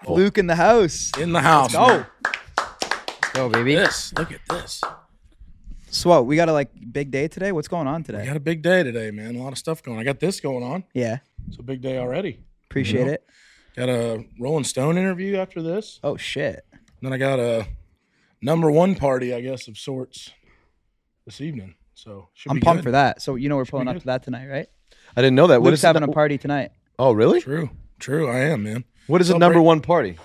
people Luke in the house. in the house. Oh, man. go baby. this. Look at this. So what? We got a like big day today. What's going on We today? got a big day today, man. A lot of stuff going. I got this going on. Yeah, It's a big day already. appreciate know. it. Got a Rolling Stone interview after this. Oh shit. And then I got a number one party, I guess, of sorts this evening. So should I'm be pumped good. for that. So you know we're pulling be up good. to that tonight, right? I didn't know that. What Luke's is having the, a party tonight. Oh, really? True, true. I am, man. What is the Celebrate. number one party?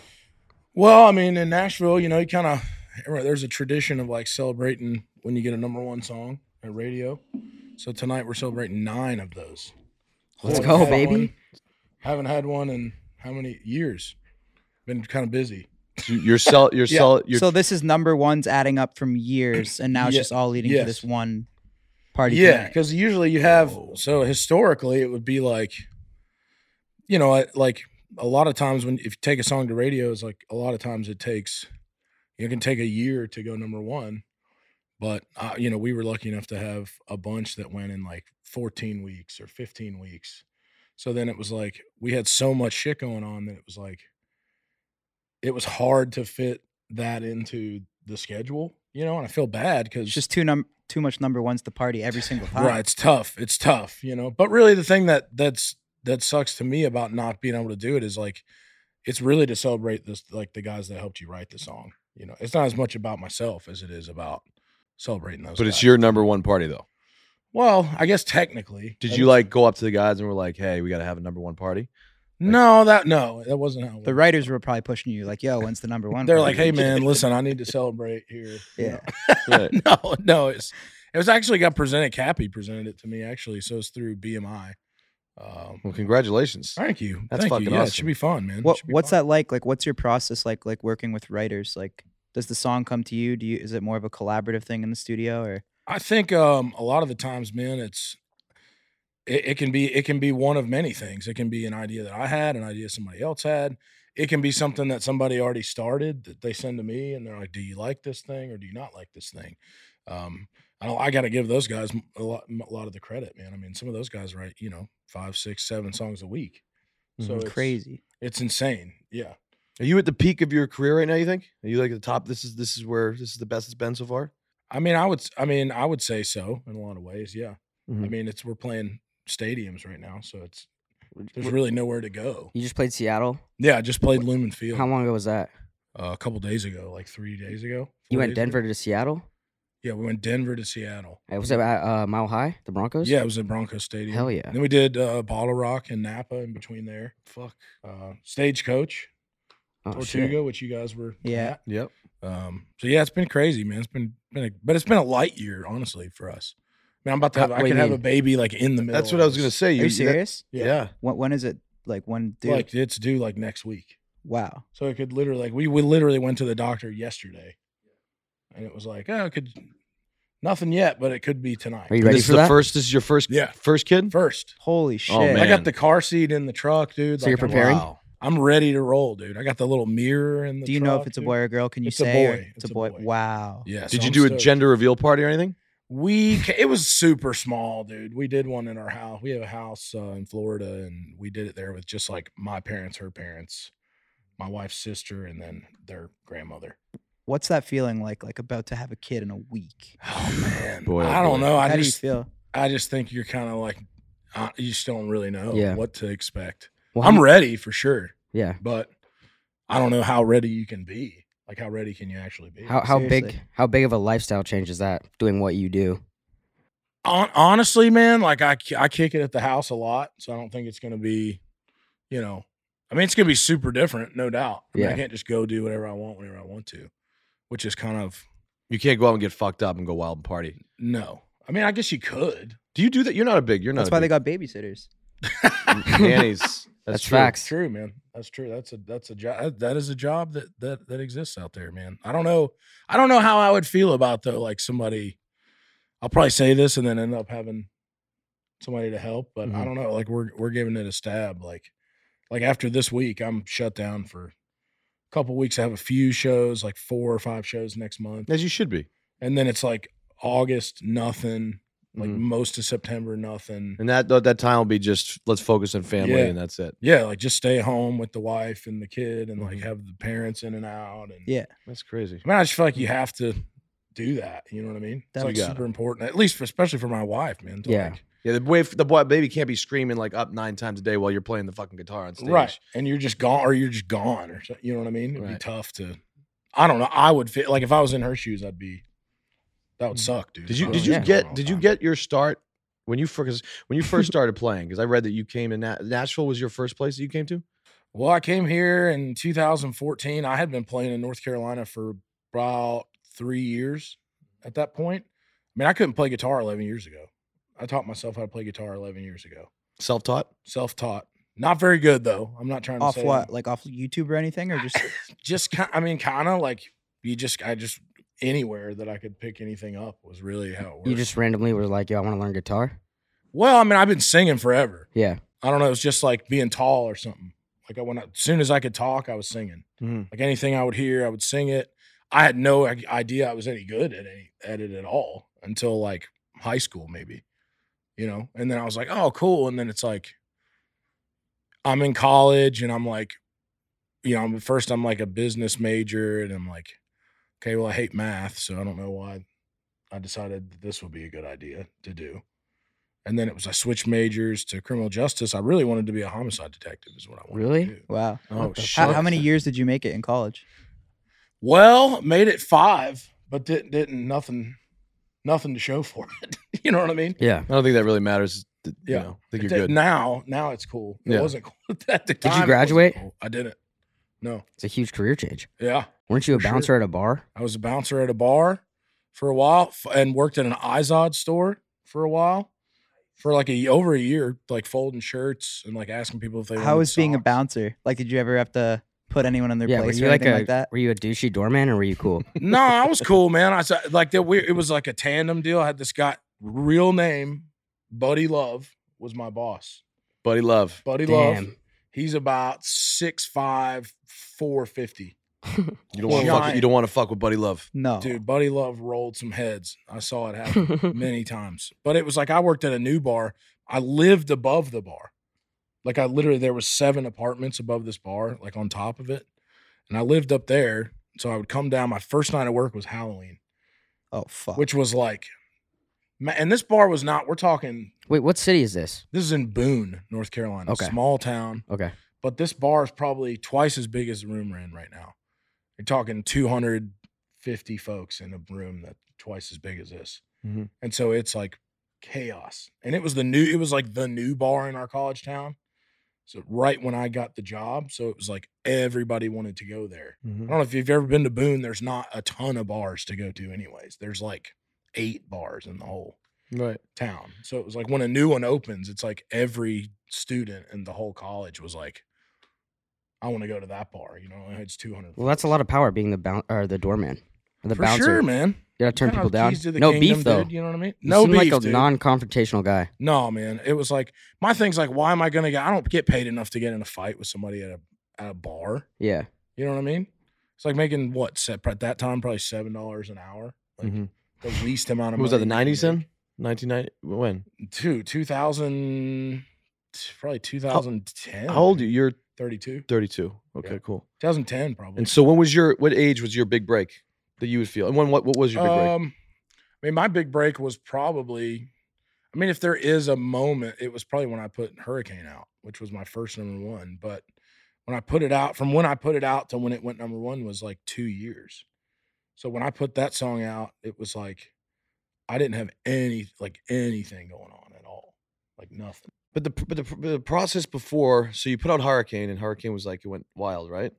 Well, I mean, in Nashville, you know, you kind of there's a tradition of like celebrating when you get a number one song at radio. So tonight we're celebrating nine of those. Let's Haven't go, had baby. one- haven't had one in how many years? Been kind of busy. You- You're sell. You're Yeah. sell. You're so this is number one's adding up from years, and now it's Yeah, just all leading to this yes. one party. Oh. Yeah, tonight. because usually you have so historically it would be like, you know, I- like a lot of times when if you take a song to radio, it's like a lot of times it takes, it can take a year to go number one, but uh, you know we were lucky enough to have a bunch that went in like 14 weeks or 15 weeks, so then it was like we had so much shit going on that it was like, it was hard to fit that into the schedule, you know, and I feel bad because it's just too num too much number ones to party every single time. Right, it's tough. It's tough, you know. But really, the thing that that's that sucks to me about not being able to do it is like, it's really to celebrate this, like the guys that helped you write the song. You know, it's not as much about myself as it is about celebrating those. but it's guys. your number one party though. Well, I guess technically. Did And you like go up to the guys and were like, "Hey, we got to have a number one party"? No, that no, that wasn't how. It The went. writers were probably pushing you, like, "Yo, when's the number one?" They're party?" like, hey man, listen, I need to celebrate here. you Yeah. know. Right. no, no, it's it was actually got presented. Cappy presented it to me actually, so it's through BMI. Um, Well, congratulations. Thank you. That's Thank fucking you. Yeah, awesome. It should be fun, man. It What should be What's fun. that like? Like, what's your process like? Like working with writers, like. Does the song come to you? Do you is it more of a collaborative thing in the studio or I think um, a lot of the times, man, it's it, it can be it can be one of many things. It can be an idea that I had, an idea somebody else had. It can be something that somebody already started that they send to me, and they're like, "Do you like this thing or do you not like this thing?" Um, I don't. I got to give those guys m- a lot, m- a lot of the credit, man. I mean, some of those guys write, you know, five, six, seven songs a week. So it's, Mm-hmm. crazy? It's insane. Yeah. Are you at the peak of your career right now? You think? Are you like at the top? This is this is where this is the best it's been so far. I mean, I would. s- I mean, I would say so in a lot of ways. Yeah. I Mm-hmm. Mhm. mean, it's we're playing stadiums right now, so it's there's Wh- really nowhere to go. You just played Seattle. Yeah, I just played Lumen Field How long ago was that? uh, a couple days ago, like three days ago. You four went days ago. Denver to Seattle. Yeah, we went Denver to Seattle. Hey, was it at uh, Mile High, the Broncos? Yeah, it was at Broncos Stadium. Hell yeah. Then we did uh, Bottle Rock and Napa in between there. Fuck. Uh, Stagecoach, Oh, shit. Tortuga, which you guys were. Yeah. Yep. at. Um. So yeah, it's been crazy, man. It's been been, a, but it's been a light year, honestly, for us. Man, I'm about to How- have. I what do could you have a mean? baby like in the middle. That's what of I was this. gonna say. Are you that- serious? Yeah. yeah. When when is it like when dude Like it's due like next week. wow. So it could literally like we, we literally went to the doctor yesterday, and it was like, oh, it could nothing yet, but it could be tonight. Are you And ready this is for the that? first. This is your first. Yeah. First kid. First, Oh, Holy shit. I man. got the car seat in the truck, dude. So you're Like, I'm- preparing? Wow. I'm ready to roll, dude. I got the little mirror in the. Do you know if truck, it's a dude. boy or girl? Can you It's a say? or- boy. It's, a boy. Wow. Yeah. so Did you I'm do a stoked. gender reveal party or anything? We ca- it was super small, dude. We did one in our house. We have a house uh, in Florida, and we did it there with just like my parents, her parents, my wife's sister, and then their grandmother. What's that feeling like? Like about to have a kid in a week? Oh man, Boy, oh, I don't boy. know. I How do you just feel? I just think you're kind of like, uh, you just don't really know Yeah. what to expect. Well, I'm how- ready for sure, Yeah. but I don't know how ready you can be. Like, how ready can you actually be? How how big Seriously. how big of a lifestyle change is that? Doing what you do. Hon- honestly, man, like I, ki- I kick it at the house a lot, so I don't think it's gonna be, you know, I mean, it's gonna be super different, no doubt. I, mean, I Yeah. can't just go do whatever I want whenever I want to, which is kind of You can't go out and get fucked up and go wild and party. no. I mean, I guess you could. Do you do that? You're not a big. You're not. That's a why they big, got babysitters. Mm. nannies. That's, That's true. facts. True, man. That's true. That's a that's a job. That is a job that that that exists out there, man. I don't know. I don't know how I would feel about though, like somebody. I'll probably say this and then end up having somebody to help, but I Mhm. don't know. Like we're we're giving it a stab. Like like after this week, I'm shut down for a couple weeks. I have a few shows, like four or five shows next month, As you should be. and then it's like August, nothing. like Mhm. most of September, nothing. And that that time will be just let's focus on family Yeah. and that's it. yeah, like just stay home with the wife and the kid, and like Mhm. have the parents in and out. And Yeah. That's crazy. I mean, I just feel like you have to do that. You know what I mean? That's That- like You Mm-hmm. gotta. super important, at least for especially for my wife, man. to, Yeah. like- Yeah, the boy, the boy baby can't be screaming like up nine times a day while you're playing the fucking guitar on stage. right. And you're just gone, or you're just gone, or so- you know what I mean? It'd be Right. tough to. I don't know. I would fit like if I was in her shoes, I'd be. That would Mhm. suck, dude. Mm-hmm. Did if you I did was you in her all get the did you time. get your start when you first when you first started playing? Because I read that you came to Na- Nashville was your first place that you came to. Well, I came here in 2014. I had been playing in North Carolina for about three years at that point. I mean, I couldn't play guitar 11 years ago. I taught myself how to play guitar 11 years ago, Self taught. self taught. Not very good though. I'm not trying to Off say what? Like off YouTube or anything, or just just kind, I mean, kind of like you just, I just anywhere that I could pick anything up was really how it worked. You just randomly were like, yo, I want to learn guitar. well, I mean, I've been singing forever. Yeah. I don't know. It was just like being tall or something. Like I, when I, as soon as I could talk, I was singing. Mhm. Like anything I would hear, I would sing it. I had no i- idea I was any good at any at it at all until like high school, maybe. You know, and then I was like, oh, cool. And then it's like, I'm in college, and I'm like, you know, I'm, first I'm like a business major, and I'm like, okay, well, I hate math, so I don't know why I decided that this would be a good idea to do. And then it was I switched majors to criminal justice. I really wanted to be a homicide detective, is what I wanted Really? to do. wow. Oh the How, shit! how many years did you make it in college? Well, made it five, but didn't, didn't nothing, nothing to show for it. you know what I mean? Yeah. I don't think that really matters. th- You Yeah. know, I think It you're did- good. Now, now it's cool. It Yeah. wasn't cool at the time. it you wasn't graduate? cool. I didn't. No. It's a huge career change. Yeah, Weren't you a For sure. bouncer at a bar? I was a bouncer at a bar for a while, f- and worked at an Izod store for a while, for like a over a year, like folding shirts and like asking people if they. How wanted was being a socks. bouncer? Like, did you ever have to put anyone in their Yeah. Were place you or like anything a like that? were you a douchey doorman or were you cool? no, I was cool, man. I said like that. We it was like a tandem deal. I had this guy, real name, Buddy Love, was my boss. Buddy Love. Buddy Love. Damn. He's about six five, four fifty. You don't want to fuck. You Giant. don't want to fuck with Buddy Love. Oh. No. Dude, Buddy Love rolled some heads. I saw it happen Damn. many times. But it was like I worked at a new bar. I lived above the bar. Like I literally there was seven apartments above this bar, like on top of it. And I lived up there. So I would come down. My first night of work was Halloween, Oh fuck. which was like ma- and this bar was not, we're talking Wait, what city is this? this is in Boone, North Carolina. Okay. Small town. Okay. but this bar is probably twice as big as the room we're in right now. You're talking 250 folks in a room that's twice as big as this. Mhm. And so it's like chaos. And it was the new, it was like the new bar in our college town. So right when I got the job, so it was like everybody wanted to go there. I don't know if you've ever been to Boone, there's not a ton of bars to go to, anyways. There's like eight bars in the whole Right. town. So it was like when a new one opens, it's like every student in the whole college was like, I want to go to that bar. You know, it's 200. Well, that's a lot of power being the boun- or the doorman. Or the For bouncer. sure, man. You gotta turn Kinda people down. keys to the no kingdom, beef though. Dude, you know what I mean? You No seem beef. like a dude. non-confrontational guy. no, man. It was like, my thing's like, why am I going to get, I don't get paid enough to get in a fight with somebody at a, at a bar. Yeah. You know what I mean? It's like making what, set, at that time, probably $7 an hour. Like Mhm. the least amount of What was that? The money you can nineties make. then? Nineteen ninety. When? Two, 2000, probably 2010. How old are man. you? You're 32. thirty two. Okay, Yeah. cool. 2010 probably. And so when was your what age was your big break that you would feel? And when what what was your big break? um, I mean, my big break was probably. I mean, if there is a moment, it was probably when I put Hurricane out, which was my first number one. But when I put it out, from when I put it out to when it went number one was like two years. So when I put that song out, it was like I didn't have any like anything going on at all, like nothing. But the but the, but the process before, so you put out Hurricane, and Hurricane was like it went wild, right?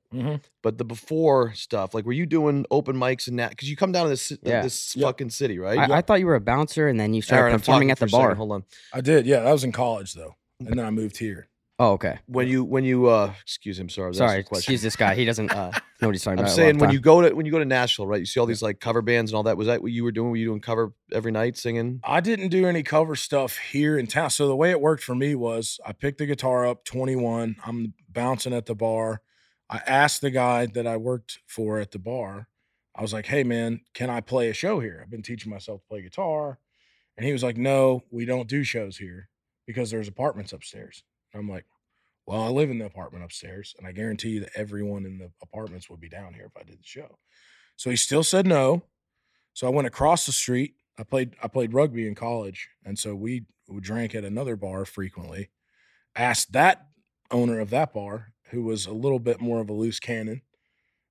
But the before stuff, like were you doing open mics and that? Because you come down to this Yeah. this Yep. fucking city, right? I, I thought you were a bouncer and then you started Aaron, I'm performing talking at for the a second, bar. Hold on. I did, yeah. That was in college though, and then I moved here. Oh, okay. When you when you uh excuse him, sorry, I was asking Sorry, a question. excuse this guy. He doesn't uh, know what he's talking I'm about. a lot saying of when time. you go to when you go to Nashville, right? You see all these like cover bands and all that. Was that what you were doing? Were you doing cover every night, singing? Um, I didn't do any cover stuff here in town. So the way it worked for me was I picked the guitar up, 21. I'm bouncing at the bar. I asked the guy that I worked for at the bar, I was like, hey, man, can I play a show here? I've been teaching myself to play guitar. And he was like, No, we don't do shows here because there's apartments upstairs. And I'm like, Well, I live in the apartment upstairs, and I guarantee you that everyone in the apartments would be down here if I did the show. So he still said no. So I went across the street. I played I played rugby in college, and so we we drank at another bar frequently. Asked that owner of that bar, who was a little bit more of a loose cannon.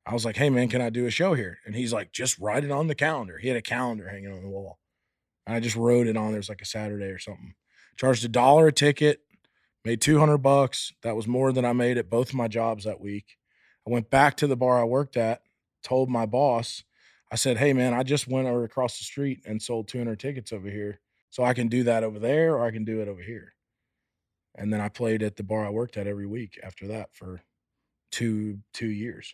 I was like, "Hey man, can I do a show here?" And he's like, "Just write it on the calendar." He had a calendar hanging on the wall, and I just wrote it on. There's like a Saturday or something. Charged a dollar a ticket. Made two hundred bucks. That was more than I made at both my jobs that week. I went back to the bar I worked at. Told my boss, I said, "Hey man, I just went over across the street and sold 200 tickets over here, so I can do that over there, or I can do it over here." And then I played at the bar I worked at every week after that for two two years,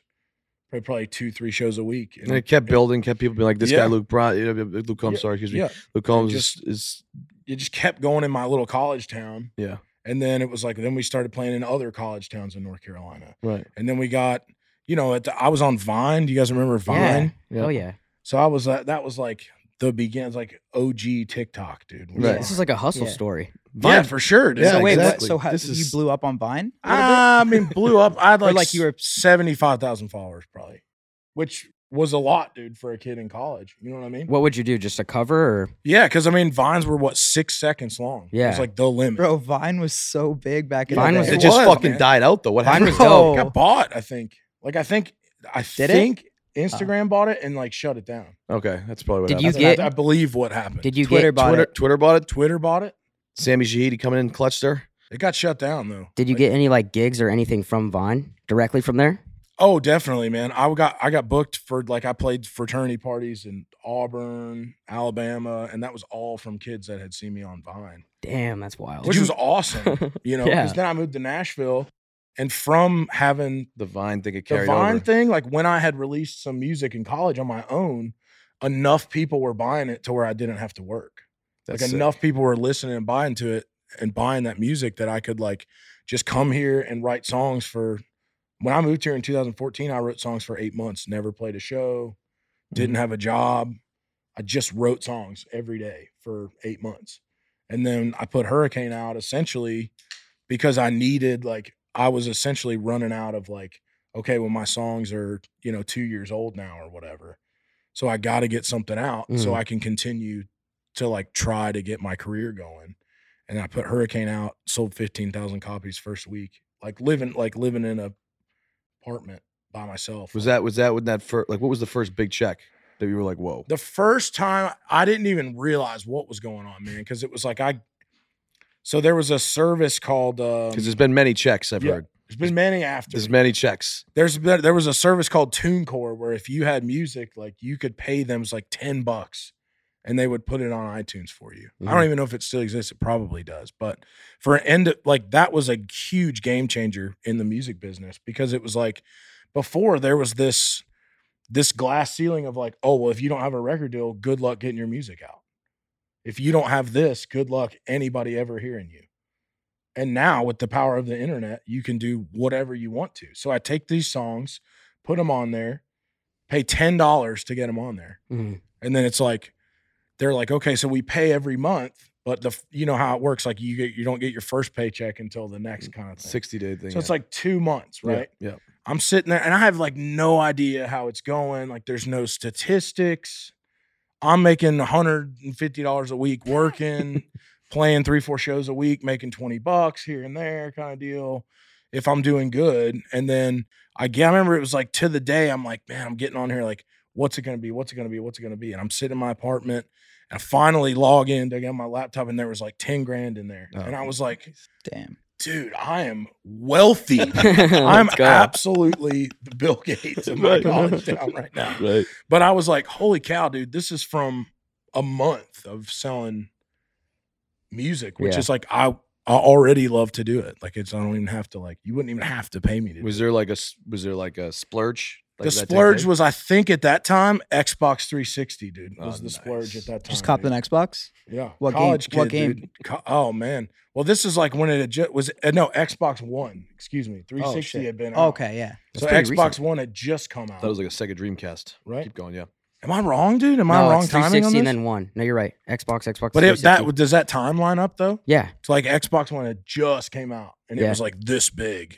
probably, probably two three shows a week. And it kept building, kept people being like, this guy, Yeah. Luke Brown, uh, Luke Combs, sorry, excuse me. Yeah, Luke Combs just- is, it just kept going in my little college town. Yeah. And then it was like then we started playing in other college towns in North Carolina, right. and then we got you know at the, I was on Vine. Do you guys remember Vine? Yeah. Yeah. Oh yeah. So I was uh, that that was like the begins, like OG TikTok, dude. Right. This is like a hustle Yeah. story. Vine for sure. dude. Yeah, so wait, exactly. what, so how, This you is- blew up on Vine? a little bit? I mean, blew up. I had Or like, like you were- seventy five thousand followers, probably, which was a lot, dude, for a kid in college. You know what I mean? What would you do? Just a cover or Yeah, because I mean, vines were what six seconds long. it Yeah. was like the limit. Bro, Vine was so big back in Vine the was- day. It It just was, fucking man. died out though. What Vine happened? was dope. got bought. I think. Like I think I Did it? think Instagram bought it and like shut it down. Okay, that's probably what Did happened. Oh. you That's- get- I, I believe what happened. did you Twitter get bought Twitter, it. Twitter bought it. Twitter bought it? Sammy Shahidi coming in, clutched her. It got shut down though. Did you Like, get any like gigs or anything from Vine directly from there? Oh, definitely, man. I got I got booked for like I played fraternity parties in Auburn, Alabama, and that was all from kids that had seen me on Vine, Damn, that's wild. which was awesome. You know, Oh. Yeah. because then I moved to Nashville, and from having The Vine thing it the carried Vine over. thing, like when I had released some music in college on my own, enough people were buying it to where I didn't have to work. That's like sick. enough people were listening and buying to it and buying that music that I could like just come here and write songs for. When I moved here in 2014, I wrote songs for eight months, never played a show, Mm-hmm. didn't have a job. I just wrote songs every day for eight months. And then I put Hurricane out essentially because I needed, like, I was essentially running out of, like, okay, well, my songs are, you know, two years old now or whatever. So I got to get something out so Mhm. I can continue to, like, try to get my career going. And I put Hurricane out, sold 15,000 copies first week, like living, like living in a apartment by myself. Was that was that when that first like what was the first big check that you were like whoa? the first time I didn't even realize what was going on, man, because it was like I. So there was a service called. Um, Because there's been many checks I've yeah, heard. there's been many after. There's many checks. There's been, there was a service called TuneCore where if you had music, like you could pay them it's like ten bucks, and they would put it on iTunes for you. I don't Mhm. even know if it still exists. It probably does, but for an end, like that was a huge game changer in the music business because it was like before there was this this glass ceiling of like, oh well, if you don't have a record deal, good luck getting your music out. If you don't have this, good luck anybody ever hearing you. And now with the power of the internet, you can do whatever you want to. So I take these songs, put them on there, pay ten dollars to get them on there, Mhm. and then it's like they're like, okay, so we pay every month, but the f- you know how it works, like you get you don't get your first paycheck until the next kind of thing. Sixty day Mm, thing. so it's yeah. like two months, Yeah, right? Yeah. Uh-huh. I'm sitting there and I have like no idea how it's going. Like there's no statistics. I'm making $150 a week working, playing three, four shows a week, making 20 bucks here and there kind of deal. If I'm doing good. And then I, get- I remember it was like to the day, I'm like, man, I'm getting on here. Like, what's it going to be? What's it going to be? What's it going to be? And I'm sitting in my apartment and I finally log in to get my laptop and there was like 10 grand in there. Oh. And I was like, Damn. dude, I am wealthy. I'm Let's go. absolutely the Bill Gates of my Right. college town right now. right. But I was like, holy cow, dude, this is from a month of selling music, which Yeah. is like I I already love to do it. Like it's I don't even have to like you wouldn't even have to pay me to do Was it. there like a s- was there like a splurge? the Like did that take splurge place? was, I think, at that time, Xbox 360, dude, Oh, was the splurge at nice. that time. Just cop dude. an Xbox? Yeah. What game- College what kid, dude. Co- oh man. Well, this is like when it had ju- was uh, no Xbox One. Excuse me, 360 Oh, shit. had been out. okay, yeah. So pretty Xbox recent. One had just come out. That was like a Sega Dreamcast. Right. Keep going. Yeah. Am I wrong, dude? Am no, I wrong it's timing on 360 this? and then one. No, you're right. Xbox, Xbox. but if that 360. does that time line up though? yeah, It's like Xbox when it just came out and it Yeah. was like this big.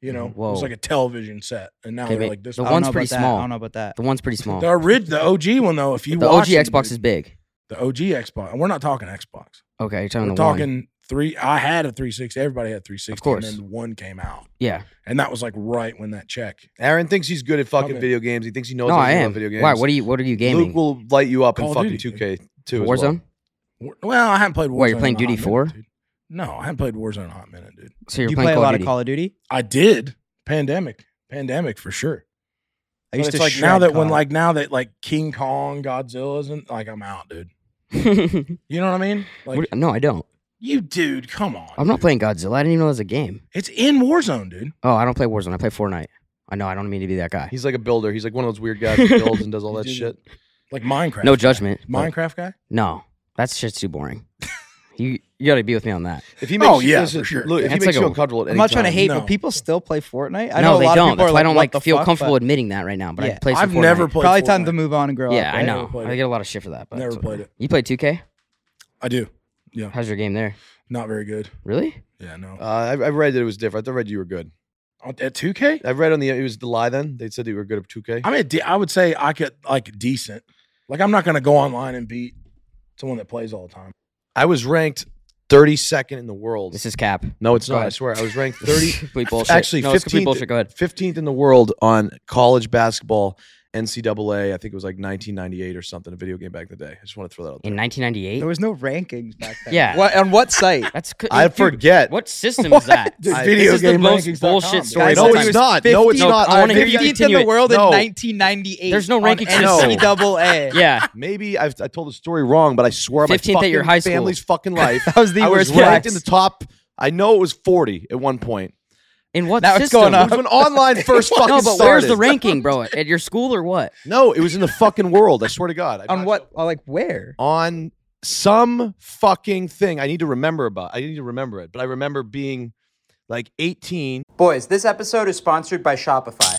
You know, it Whoa. was like a television set, and now Okay, they're mate, like this. the I big. don't one's know about pretty that. small. I don't know about that. the one's pretty small. The orig- the OG one though, if you The OG watch it, Xbox is big. the OG Xbox. and We're not talking Xbox. Okay, you're talking We're the one. talking three. I had a 360. Everybody had 360. course. And then one came out, Yeah. and that was like right when that check. Aaron thinks he's good at fucking Okay. video games. He thinks he knows No, I everything about am. video games. Why? What are you? What are you gaming? Luke will light you up Call in of fucking Duty. 2K too. as well. Warzone. Well, I haven't played Warzone. What, you're playing in a hot Duty minute, 4? dude. No, I haven't played Warzone in a hot minute, dude. So you're you playing play a Call lot of of Duty. Call of Duty? I did pandemic, pandemic for sure. I But used it's to like now shred that when COD. like now that like King Kong Godzilla isn't like I'm out, dude. You know what I mean? Like What- no, I don't. you, dude. Come on. I'm not dude. playing Godzilla. I didn't even know it was a game. It's in Warzone, dude. Oh, I don't play Warzone. I play Fortnite. I know. I don't mean to be that guy. He's like a builder. He's like one of those weird guys that builds and does all You that do shit. Like Minecraft. No guy. judgment. but Minecraft guy. No, that shit's too boring. you you gotta be with me on that. If he makes, Oh, yeah, listen, for sure. Luke, if he That's makes like you a- uncomfortable, at I'm any not trying to time- hate, No. but people still play Fortnite. I no, know a they lot don't. of people That's are why I like, don't "What like the feel fuck?" comfortable But admitting that right now. But Yeah. I play some I've Fortnite. never played. Probably time to Fortnite. move on and grow Yeah, up. I right? know. Never played I it. get a lot of shit for that. But Never it's played okay. it. You play 2K? I do. How's your game there? Not very good. Really? Yeah, no. Uh, I, I read that it was different. I read you were good. At 2K, I read on the it was the lie. Then they said that you were good at 2K. I mean, de- I would say I could like decent. Like I'm not gonna go online and beat someone that plays all the time. I was ranked 32nd in the world. This is Cap. no, it's go not. I ahead. swear, I was ranked This is 30, complete bullshit. actually no, it's complete 15th bullshit. Go ahead. 15th in the world on college basketball NCAA. I think it was like 1998 or something. A video game back in the day. I just want to throw that out there. In There 1998. was no rankings back then. Yeah. What, on what site? That's cou- I dude, forget. What system is that? Dude, I- video this is the game most rankings.com, bullshit guys. story of No, all it's time. not. No, it's not. I wanna I hear you 15th in continue the it. world No. in 1998. There's no on rankings in the NCAA. Yeah. Maybe I've, I told the story wrong, but I swear my 15th at your fucking high school. family's fucking life. That was the I was worst ranked in the flex. top. I know it was 40 at one point. In what Now it's system? going It was when online first fucking No, but where's started. the ranking, bro? At your school or what? No, it was in the fucking world. I swear to God. I'm On not what? on, Like where? on some fucking thing I need to remember about. I need to remember it, but I remember being like 18. Boys, this episode is sponsored by Shopify.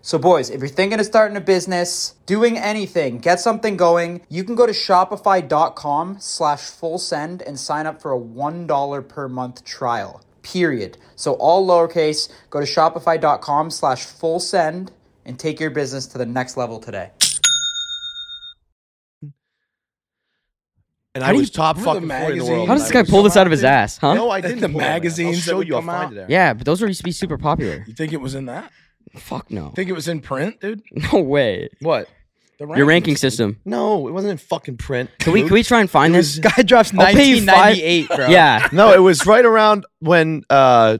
So, boys, if you're thinking of starting a business, doing anything, get something going, you can go to shopify.com slash full send and sign up for a $1 per month trial, period. So, all lowercase, go to shopify.com slash full send and take your business to the next level today. And How I do you was top remember the fucking 40 in the magazine? world. How does this I guy was- pull this out of his Come on, ass, huh? No, I didn't. The pull it out. I'll magazines that show would you. I'll come find out? it. Aaron. Yeah, but those are used to be super popular. You think it was in that? Fuck no. Think it was in print, dude? No way. What? The Your rankings, ranking dude. system. No, it wasn't in fucking print. Can we dude. can we try and find It was- this? Guy drops I'll pay you five- 1998, bro. Yeah. no, it was right around when. uh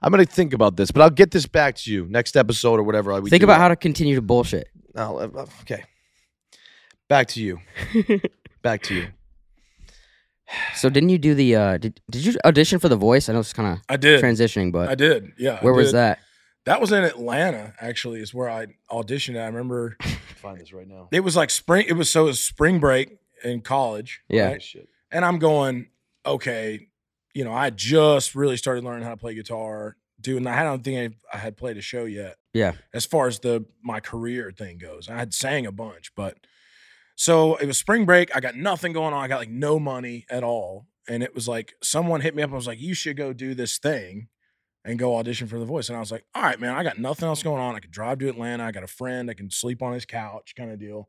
I'm gonna think about this, but I'll get this back to you next episode or whatever. We Think about how to continue to bullshit. how. No, uh, okay. Back to you. back to you. So didn't you do the uh did, did you audition for the voice? I know it's kind I of did. transitioning, I but did. Yeah. I where was did. that? That was in Atlanta, actually, is where I auditioned. I remember Find this right now. it was like spring. It was so it was spring break in college. Yeah. right? Oh, shit. And I'm going, okay, you know, I just really started learning how to play guitar, dude. And I don't think I, I had played a show yet. Yeah. As far as the my career thing goes, I had sang a bunch, but So it was spring break. I got nothing going on. I got like no money at all. And it was like someone hit me up and was like, you should go do this thing and go audition for The Voice. And I was like, all right, man, I got nothing else going on. I could drive to Atlanta. I got a friend. I can sleep on his couch kind of deal.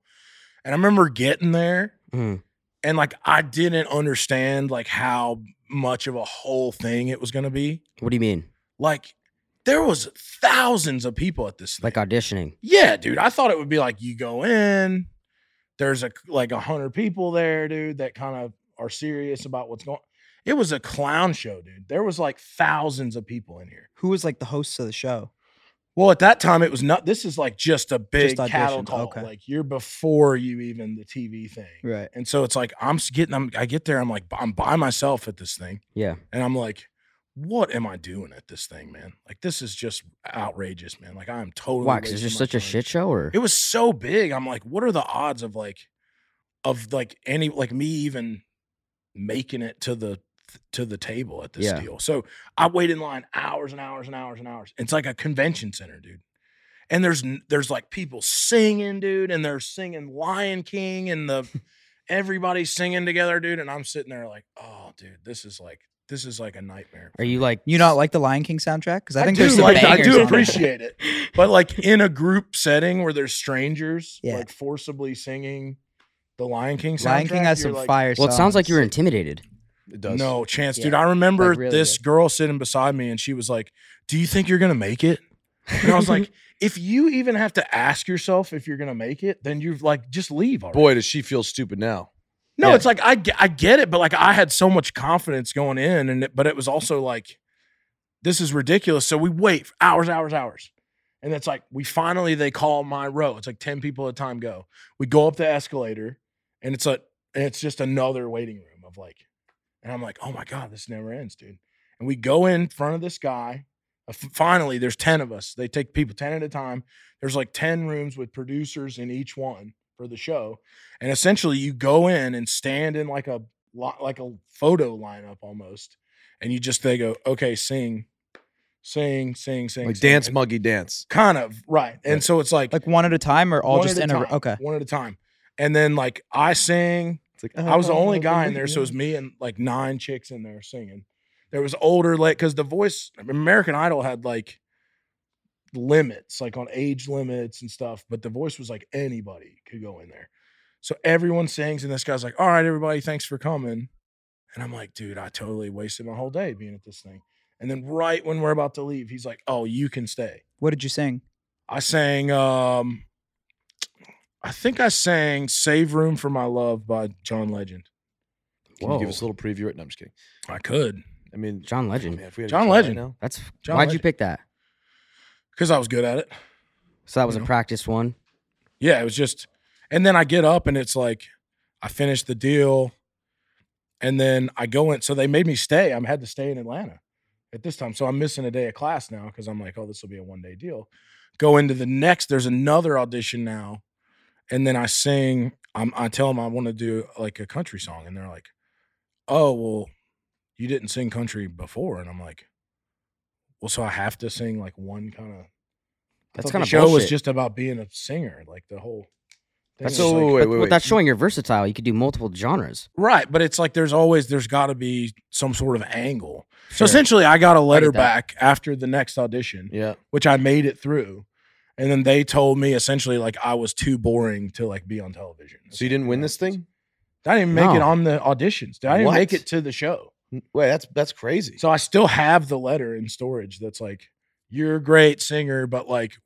And I remember getting there Hmm. Mhm. and like I didn't understand like how much of a whole thing it was going to be. What do you mean? Like there was thousands of people at this thing. Like auditioning? Yeah, dude. I thought it would be like you go in, there's a like a hundred people there, dude, that kind of are serious about what's going. It was a clown show, dude. There was like thousands of people in here. Who was like the host of the show? Well, at that time, it was not. This is like just a big cattle audition, call. okay. Like you're before you even the TV thing, Right. and so it's like I'm s- getting. I'm, I get there. I'm like I'm by myself at this thing, Yeah. and I'm like, what am I doing at this thing, man? Like this is just outrageous, man. Like I am totally. Why? Because it's wasting just my such a time. shit show, or It was so big. I'm like, what are the odds of like, of like any like me even making it to the to the table at this Yeah. deal? So I wait in line hours and hours and hours and hours. It's like a convention center, dude. And there's n- there's like people singing, dude, and they're singing Lion King and the everybody's singing together, dude. And I'm sitting there like, oh, dude, this is like this is like a nightmare. are you like You not like the Lion King soundtrack? Because I think do there's some like I bangers on do it. appreciate it. But like in a group setting where there's strangers, Yeah. like forcibly singing the Lion King soundtrack. Lion King has you're some like, fire. Well, it sounds like you were songs. intimidated. It does. No chance, dude. Yeah. I remember Like, really this good. girl sitting beside me, and she was like, "Do you think you're gonna make it?" And I was like, "If you even have to ask yourself if you're gonna make it, then you've like just leave." Already. Boy, does she feel stupid now. No, Yeah. it's like I ge- I get it, but like I had so much confidence going in, and it, but it was also like, this is ridiculous. So we wait for hours, hours, hours, and it's like we finally they call my row. It's like ten people at a time go. We go up the escalator, and it's like and it's just another waiting room of like, and I'm like, oh my god, this never ends, dude. And we go in front of this guy. Uh, f- Finally, there's ten of us. They take people ten at a time. There's like ten rooms with producers in each one for the show and essentially you go in and stand in like a lo- like a photo lineup almost and you just they go okay sing sing sing sing Like sing," dance, and muggy dance. kind of right and Right. so it's like, like one at a time or all one just at in a a time, okay. one at a time and then like i sing It's like i was the only guy in there so it was me and like nine chicks in there singing there was older like because the voice american idol had like limits like on age limits and stuff but the voice was like anybody could go in there so everyone sings and this guy's like all right everybody thanks for coming and i'm like dude i totally wasted my whole day being at this thing and then right when we're about to leave he's like oh you can stay What did you sing? i sang um i think i sang save room for my love by john legend Can you give us a little preview? Right? No, I'm just kidding. i could I mean, John Legend. man, if we had a John try right Legend. now- That's John why'd you Legend. pick that? because i was good at it So that was You a know. practice one. yeah, it was just, and then I get up and it's like, I finished the deal, and then I go in. So they made me stay. I had to stay in Atlanta at this time, so I'm missing a day of class now because I'm like, oh, this will be a one day deal. Go into the next. There's another audition now, and then I sing. I'm, I tell them I want to do like a country song, and they're like, oh, well, you didn't sing country before, and I'm like, well, so I have to sing like one kind of I That's thought kind the of show bullshit. was just about being a singer, like the whole. Thing That's was so. like- wait, But- wait, but wait. that's showing you're versatile. You could do multiple genres. right, but it's like there's always there's got to be some sort of angle. So Sure. essentially, I got a letter that. back after the next audition, Yeah. which I made it through, and then they told me essentially like I was too boring to like be on television. So you didn't win this thing? I didn't make it No. on the auditions. dude. I didn't make What? it to the show. N- Wait, that's that's crazy. So I still have the letter in storage that's like, "You're a great singer, but like."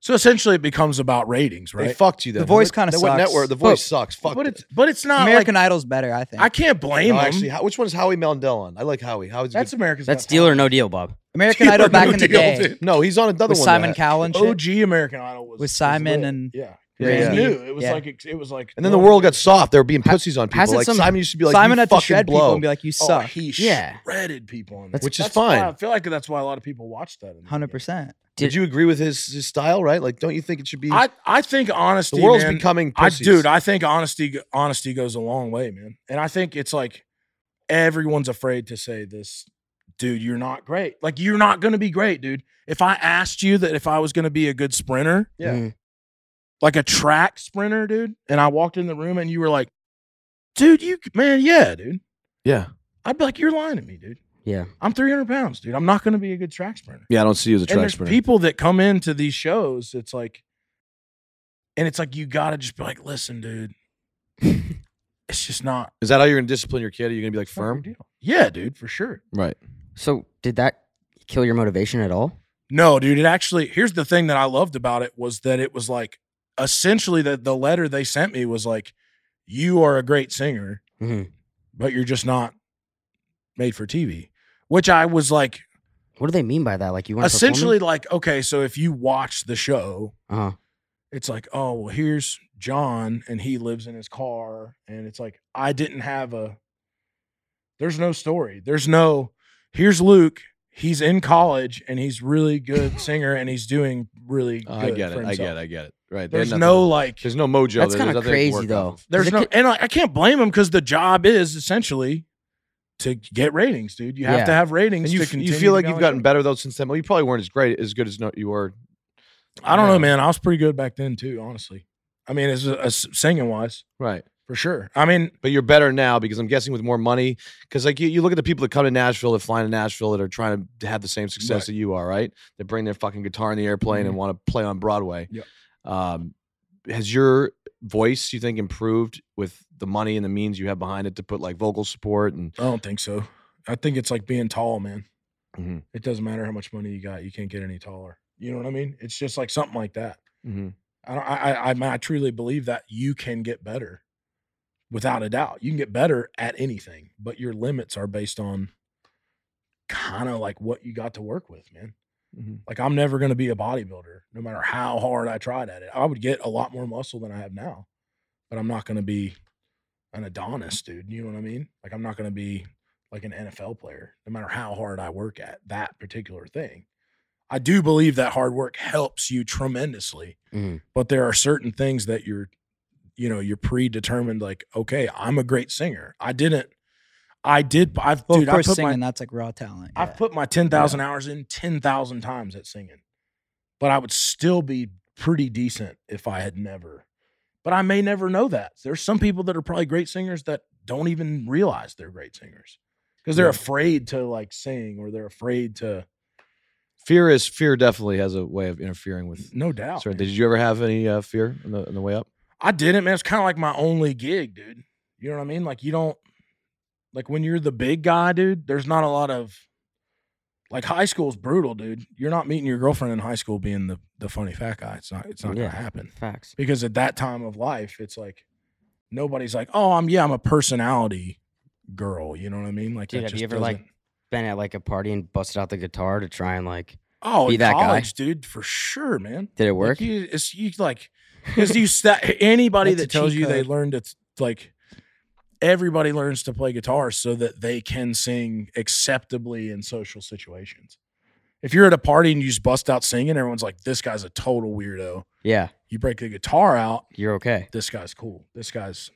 So essentially, it becomes about ratings, they right? fucked you. Then. The Voice What- kinda then sucks. what network? The voice sucks. Fuck. but it's but it's not American like Idol's better, I think. I can't blame them. actually, how, which one's Howie Mandel on? I like Howie. Howie's a That's America's That's Got Deal or Talent. No Deal, Bob. American Deal Idol or back No in the Deal, day dude. good. No, he's on another with one. Simon that- Cowell and shit. OG American Idol was With was Simon lit. and yeah, Yeah, it was yeah. new. It was Yeah. like ex- it was like, And then the world got soft. They were being pussies on people. hasn't Like some- Simon used to be like, Simon you had to fucking shred blow. people and be like, "You oh, suck." he Yeah. shredded people on that, That's- Which is That's why fine. I feel like that's why a lot of people watched that. in the beginning. Hundred percent. Did you agree with his his style? Right? Like, don't you think it should be? I I think honesty, the world's man, becoming I pussies. dude, I think honesty go- honesty goes a long way, man. And I think it's like everyone's afraid to say this, dude, you're not great. Like you're not going to be great, dude. If I asked you that if I was going to be a good sprinter, Yeah. Mm. like a track sprinter, dude. And I walked in the room and you were like, dude, you, man, yeah, dude. Yeah. I'd be like, you're lying to me, dude. Yeah. I'm 300 pounds, dude. I'm not going to be a good track sprinter. Yeah, I don't see you as a and track there's sprinter. people that come into these shows. It's like, and it's like, you got to just be like, listen, dude, Hmm. it's just not Is that how you're gonna discipline your kid? Are you gonna be like not your firm? deal. Yeah, dude, for sure. Right. So did that kill your motivation at all? No, dude, it actually here's the thing that I loved about it was that it was like essentially that the letter they sent me was like, You are a great singer, Mhm. but you're just not made for TV. Which I was like What do they mean by that? Like you weren't essentially like, okay, so if you watch the show, Uh huh. it's like, oh well, here's John and he lives in his car. And it's like, I didn't have a there's no story. There's no here's Luke. He's in college and he's really good singer and he's doing really good. Oh, I get for it. I himself. get it. I get it. Right. They had There's nothing. no like There's no mojo. That's there. kind There's nothing of to work crazy off though. of. there's It no ki- and I, I can't blame him because the job is essentially to get ratings, dude. You have Yeah. to have ratings And you, to f- you continue feel to like go you've on. gotten better though since then. Well, you probably weren't as great as good as no, you were. I don't know, Yeah. man. I was pretty good back then too, honestly. I mean, as, as singing wise, Right. for sure. I mean, But you're better now because I'm guessing with more money. Because like you, you look at the people that come to Nashville, that fly to Nashville, that are trying to have the same success Right. Mm-hmm. that you are. Right. They bring their fucking guitar in the airplane and want to play on Broadway. Yep. Um, has your voice, you think, improved with the money and the means you have behind it to put like vocal support and I don't think so. I think it's like being tall, man. Mhm. It doesn't matter how much money you got, you can't get any taller. You know what I mean? It's just like something like that. I don't, I, I, I, I truly believe that you can get better, without a doubt. You can get better at anything, but your limits are based on kind of like what you got to work with, man. Mhm. Like I'm never going to be a bodybuilder, no matter how hard I tried at it. I would get a lot more muscle than I have now, but I'm not going to be an Adonis, dude. You know what I mean? Like I'm not going to be like an NFL player, no matter how hard I work at that particular thing. I do believe that hard work helps you tremendously Mhm. but there are certain things that you're you know you're predetermined like okay i'm a great singer i didn't i did i've Well, dude, of course, I put singing my that's like raw talent. yeah. i've put my 10,000 hours in 10,000 times at singing but i would still be pretty decent if i had never but i may never know that there's some people that are probably great singers that don't even realize they're great singers because they're Yeah. afraid to like sing or they're afraid to fear? Is fear definitely has a way of interfering with. no doubt Sorry, man. did you ever have any uh, fear on the, on the way up? I didn't, man. It's kind of like my only gig, dude. You know what I mean? Like you don't like when you're the big guy, dude, there's not a lot of like high school's brutal, dude. You're not meeting your girlfriend in high school being the the funny fat guy. It's not it's not Yeah. gonna happen. Facts. Because at that time of life, it's like nobody's like, Oh, I'm yeah, I'm a personality girl. You know what I mean? Like Dude, that have you just ever, like, doesn't- Been at like a party and busted out the guitar to try and like. Oh, be in that guy? college, dude, for sure, man. Did it Like, work? you, it's you like because you sta anybody That's a that tells cheat you they code. learned it's like everybody learns to play guitar so that they can sing acceptably in social situations. If you're at a party and you just bust out singing, everyone's like, "This guy's a total weirdo." Yeah, You break the guitar out, you're okay. this guy's cool. This guy's.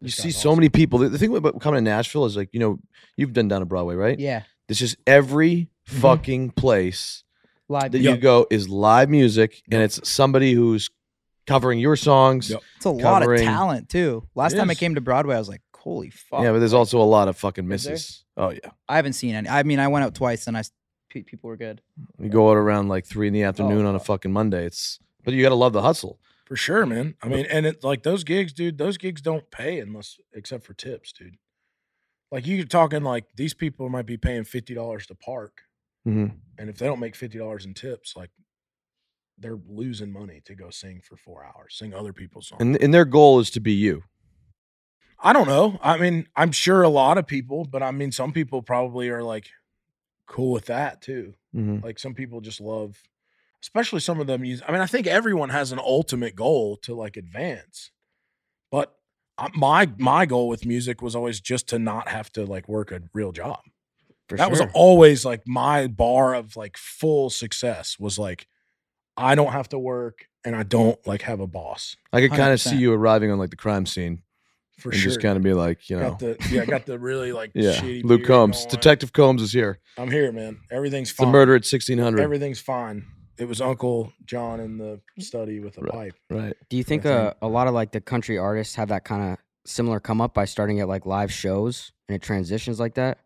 You this see guy's so awesome. many people. The the thing about coming to Nashville is like, you know, you've been down to Broadway, right? yeah, It's just every Mhm. fucking place live. that Yep. you go is live music and it's somebody who's covering your songs. Yep. It's a lot of covering- talent too. Last time I is. came to Broadway, I was like, "Holy fuck!" Yeah, but there's also a lot of fucking Is there? misses. Oh yeah. I haven't seen any. I mean, I went out twice, and I s- pe- people were good. You go out around like three in the afternoon Oh. on a fuck. fucking Monday. It's but you gotta love the hustle. for sure, man. I mean, and it like those gigs, dude. Those gigs don't pay unless except for tips, dude. Like you're talking like these people might be paying fifty dollars to park. Mm-hmm. and if they don't make fifty dollars in tips, like they're losing money to go sing for four hours, sing other people's songs. And and their goal is to be you. I don't know. I mean, I'm sure a lot of people, but I mean, some people probably are like cool with that too. Mm-hmm. Like some people just love, especially some of the music. I mean, I think everyone has an ultimate goal to like advance, but I, my my goal with music was always just to not have to like work a real job. For that sure. was always like my bar of like full success was like I don't have to work and I don't like have a boss I could kind of see 100%. you arriving on like the crime scene for and sure. just kind of be like, you know, got the yeah, I got the really like yeah, shitty Luke beard Combs, going. Detective Combs is here. I'm here, man. Everything's It's the fine. murder at sixteen hundred. Everything's fine. it was Uncle John in the study with a Right. pipe. Right. Do you think I uh, a lot of like the country artists have that kind of similar come up by starting at like live shows and it transitions like that?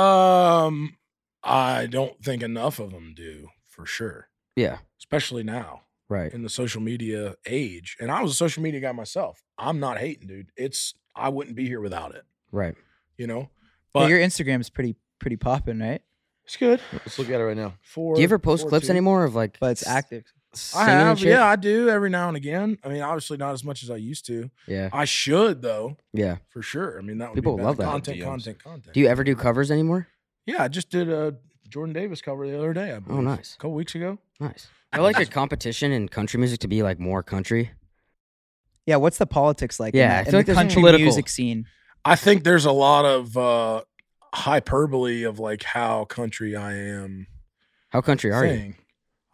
Um, I don't think enough of them do for sure, Yeah. especially now Right. in the social media age. And I was a social media guy myself. I'm not hating, dude. It's I wouldn't be here without it, Right. you know. But But your Instagram's pretty pretty popping, right? it's good. Let's look at it right now. For Do you ever post for clips two. anymore of like? But it's s- active. I singing and have, shit? yeah, I do every now and again. I mean, obviously not as much as I used to. Yeah. I should though, Yeah. for sure. I mean, that would People be love better. that. content, DMs. content, content. Do you ever do covers anymore? yeah, I just did a Jordan Davis cover the other day. I believe, Oh, nice. a couple weeks ago. Nice. I like the competition in country music to be like more country. Yeah, what's the politics like? in Yeah, that- I in, feel like the there's some country political- music scene. I think there's a lot of uh hyperbole of like how country I am. How country are you? thing.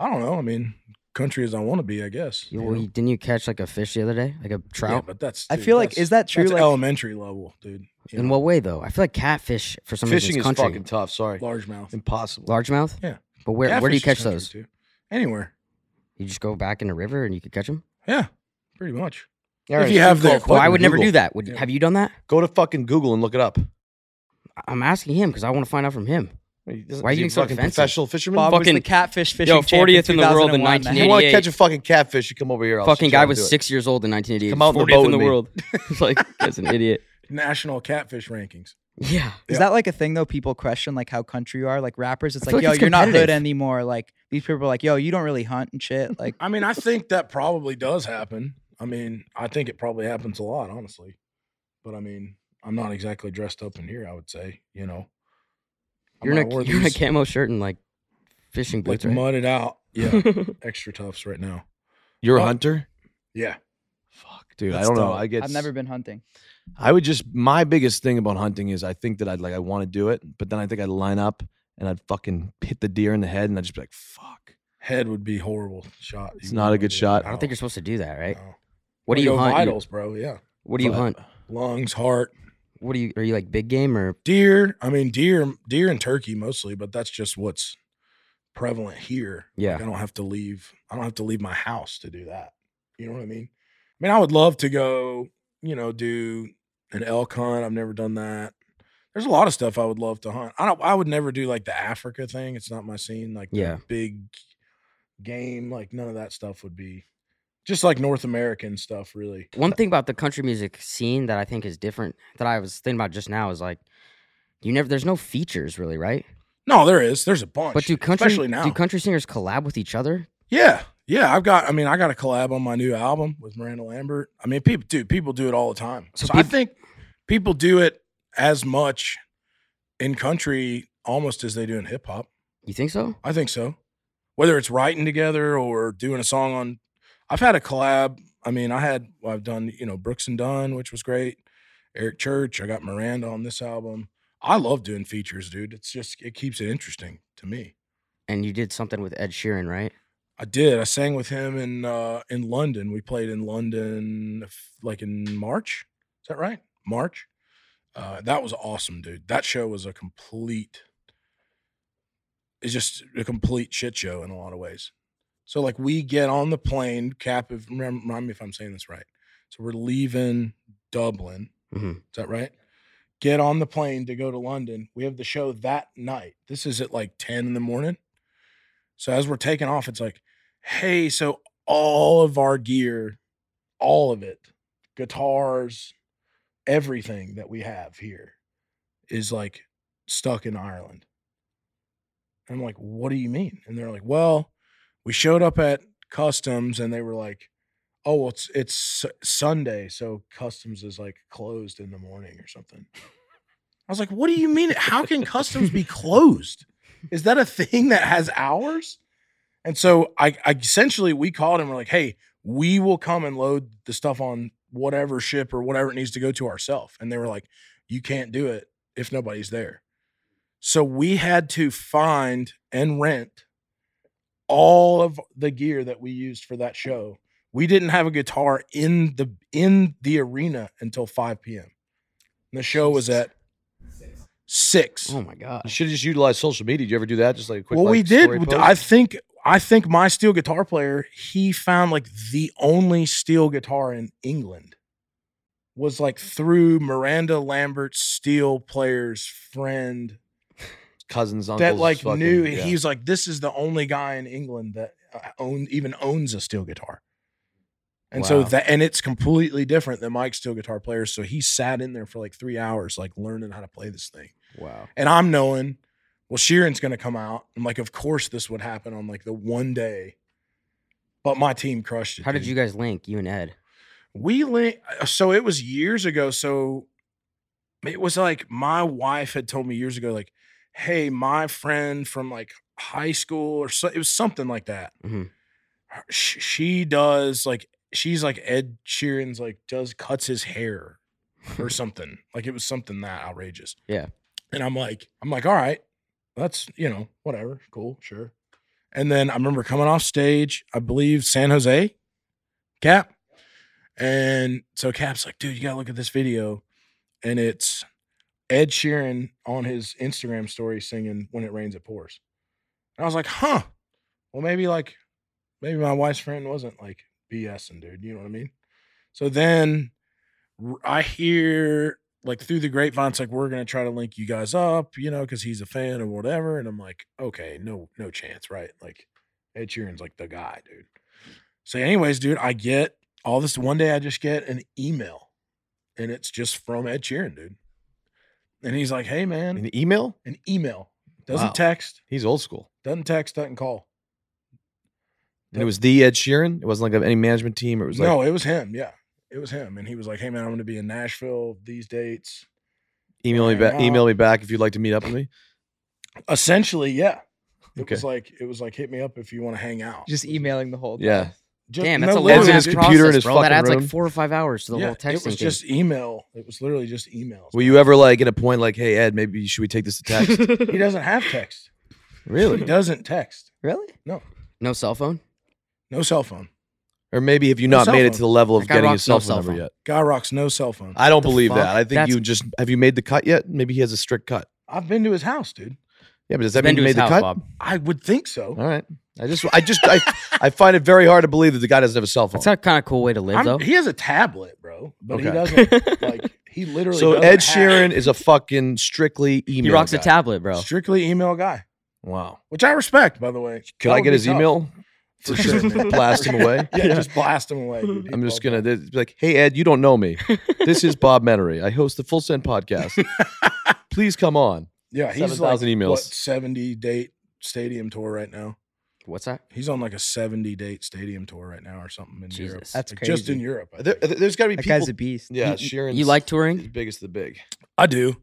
I don't know. I mean, country as I want to be, I guess. you? you well, know? you- didn't you catch like a fish the other day, like a Yeah, trout? but that's. I dude, feel like that's- is that true? that's Like, elementary level, dude. You in know, what way though? I feel like catfish for some Fishing reason is is country. fucking tough. Sorry. largemouth? Impossible. Largemouth. Yeah. But where where do you Catfish catch is country, those? too. Anywhere. You just go back in the river and you can catch them. Yeah, pretty much. Aaron, if you have the Google, Well, equipment, fucking I would never Google. do that. Would Yeah. have you done that? Go to fucking Google and look it up. I- I'm asking him because I want to find out from him. Why Why are you being so fucking defensive? professional fisherman? Bob was the fucking- catfish fishing Yo, champ 40th in the world in 2001, If you man. 1988. want to catch a fucking catfish, you come over here. I'll fucking show you guy how to do was it. six years old in 1988. Come out in the 40th boat in the with me. world. like as an idiot. National catfish rankings. Yeah. Is Yeah. that like a thing though? People question like how country you are, like rappers. It's I like, feel like yo, it's you're not hood competitive. anymore. Like these people are like, yo, you don't really hunt and shit. Like, I mean, I think that probably does happen. I mean, I think it probably happens a lot, honestly. But I mean, I'm not exactly dressed up in here. I would say, you know, I You're might in a wear you're in a these, camo shirt and like fishing like boots. right? mudded out, yeah, extra toughs right now. You're a Oh. hunter? Yeah, Fuck, dude. I that's don't know. dope. I get. I've never been hunting. I would just. My biggest thing about hunting is I think that I'd like. I want to do it, but then I think I'd line up and I'd fucking hit the deer in the head, and I'd just be like, "Fuck." head would be horrible shot. It's You not a wouldn't good do it. shot. I don't think you're supposed to do that, right? No. What Gotta do you go hunt? You- Vitals, bro. Yeah, What do you But- hunt? lungs, heart, What do you are you like big game or deer. I mean, deer, deer and turkey mostly, but that's just what's prevalent here. yeah? Like, I don't have to leave. I don't have to leave my house to do that. You know what I mean? I mean, I would love to go. You know, do an elk hunt. I've never done that. There's a lot of stuff I would love to hunt. I don't. I would never do like the Africa thing. It's not my scene. Like the Yeah. big game. Like none of that stuff would be. Just like North American stuff, really. One thing about the country music scene that I think is different that I was thinking about just now is like you never there's no features really, right? No, there is. There's a bunch. But do country especially now? do country singers collab with each other? Yeah, yeah. I've got. I mean, I got a collab on my new album with Miranda Lambert. I mean, people do. People do it all the time. So So, I peop- think people do it as much in country almost as they do in hip hop. You think so? I think so. Whether it's writing together or doing a song on, I've had a collab. I mean, I had. I've done. You know, Brooks and Dunn, which was great. Eric Church. I got Miranda on this album. I love doing features, dude. It's just it keeps it interesting to me. And you did something with Ed Sheeran, right? I did. I sang with him in uh, in London. We played in London f- like in March. Is that right? March. Uh, that was awesome, dude. That show was a complete. It's just a complete shit show in a lot of ways. So like we get on the plane. Cap, if, rem- remind me if I'm saying this right. So we're leaving Dublin. hmm Is that right? Get on the plane to go to London. We have the show that night. This is at like 10 in the morning. So as we're taking off, it's like, hey, so all of our gear, all of it, guitars, everything that we have here is like stuck in Ireland. And I'm like, what do you mean? And they're like, well, we showed up at customs and they were like, oh, well, it's it's Su- Sunday, so customs is like closed in the morning or something. I was like, what do you mean? How can customs be closed? Is that a thing that has hours? And so I, I essentially we called and we're like, hey, we will come and load the stuff on whatever ship or whatever it needs to go to ourselves. And they were like, you can't do it if nobody's there. So we had to find and rent all of the gear that we used for that show. We didn't have a guitar in the in the arena until 5 p.m. And the show was at six. Oh my god. Oh You should have just utilized social media. Did you ever do that? Just like a Oh, quick. well, like, we did. story W- post? I think I think my steel guitar player, he found like the only steel guitar in England was like through Miranda Lambert's steel player's friend Cousins, uncles, that like fucking- knew yeah. he's like this is the only guy in England that uh, own even owns a steel guitar. And so Wow. that and it's completely different than Mike's steel guitar player. So he sat in there for like three hours, like learning how to play this thing. Wow. And I'm knowing, well, Sheeran's gonna come out. I'm like, of course this would happen on like the one day. But my team crushed it. How did dude. you guys link, you and Ed? We link. So it was years ago. So it was like my wife had told me years ago, like, hey, my friend from like high school or so, it was something like that. Mhm. Her- sh- She does like, she's like Ed Sheeran's, like, does cuts his hair or something. Like it was something that outrageous. Yeah. And I'm like, I'm like, all right, that's, you know, whatever. Cool. Sure. And then I remember coming off stage, I believe San Jose, Cap. And so Cap's like, dude, you gotta look at this video. And it's Ed Sheeran on his Instagram story singing When It Rains It Pours. And I was like, huh. Well, maybe like maybe my wife's friend wasn't like BSing, dude. You know what I mean? So then r- I hear like through the grapevine, it's like we're gonna try to link you guys up, you know, because he's a fan or whatever. And I'm like, okay, no, no chance, right? Like Ed Sheeran's like the guy, dude. So, anyways, dude, I get all this. One day, I just get an email, and it's just from Ed Sheeran, dude. And he's like, "Hey, man, an email. an email doesn't Wow. text, He's old school. doesn't text, doesn't call." And it was the Ed Sheeran. It wasn't like any management team. It was like no, it was him. Yeah, it was him. And he was like, "Hey, man, I'm going to be in Nashville these dates." email me back. Yeah. Email me back if you'd like to meet up with me. Essentially, yeah. It Okay. was like it was like hit me up if you want to hang out. Just emailing the whole. Yeah. Just- Damn, that's a no, long Ed's in literally, ass his dude. computer in process, his bro. That fucking adds room. like four or five hours to the Yeah, whole it texting was thing. just email. It was literally just emails. Were you ever like at a point like, hey Ed, maybe should we take this to text? he doesn't have text. He really? doesn't text. Really? no cell phone? No cell phone. Or maybe have you No not cell made it phone. to the level of That guy getting his rocks no cell phone cell number phone. yet? Guy rocks no cell phone. I don't The believe fuck? that. I think That's- you just have you made the cut yet? Maybe he has a strict cut. I've been to his house, dude. Yeah, but does that mean Been to you his made the house, cut? Bob. I would think so. All right. I just I just I I find it very hard to believe that the guy doesn't have a cell phone. That's a kind of cool way to live, I'm- though. he has a tablet, bro, but he Okay. doesn't like. He literally. so doesn't Ed have- Sheeran is a fucking strictly email. He rocks guy. a tablet, bro. strictly email guy, Wow. which I respect, by the way. Could That I would get be his tough. email? for sure? man. Blast him away. Yeah, just blast him away. dude. He'd I'm just love gonna th- be like, hey Ed, you don't know me. This is Bob Menery. I host the Full Send podcast. Please come on. that. Yeah, he's 7,000 like emails. what 70 date stadium tour right now. What's that? He's on like a 70 date stadium tour right now or something in Europe. Jesus. That's Like, just in crazy. Europe. I, There, think. has got to be That people. guy's a beast. yeah, You- Sheeran. You like touring? He's big as the big. I do.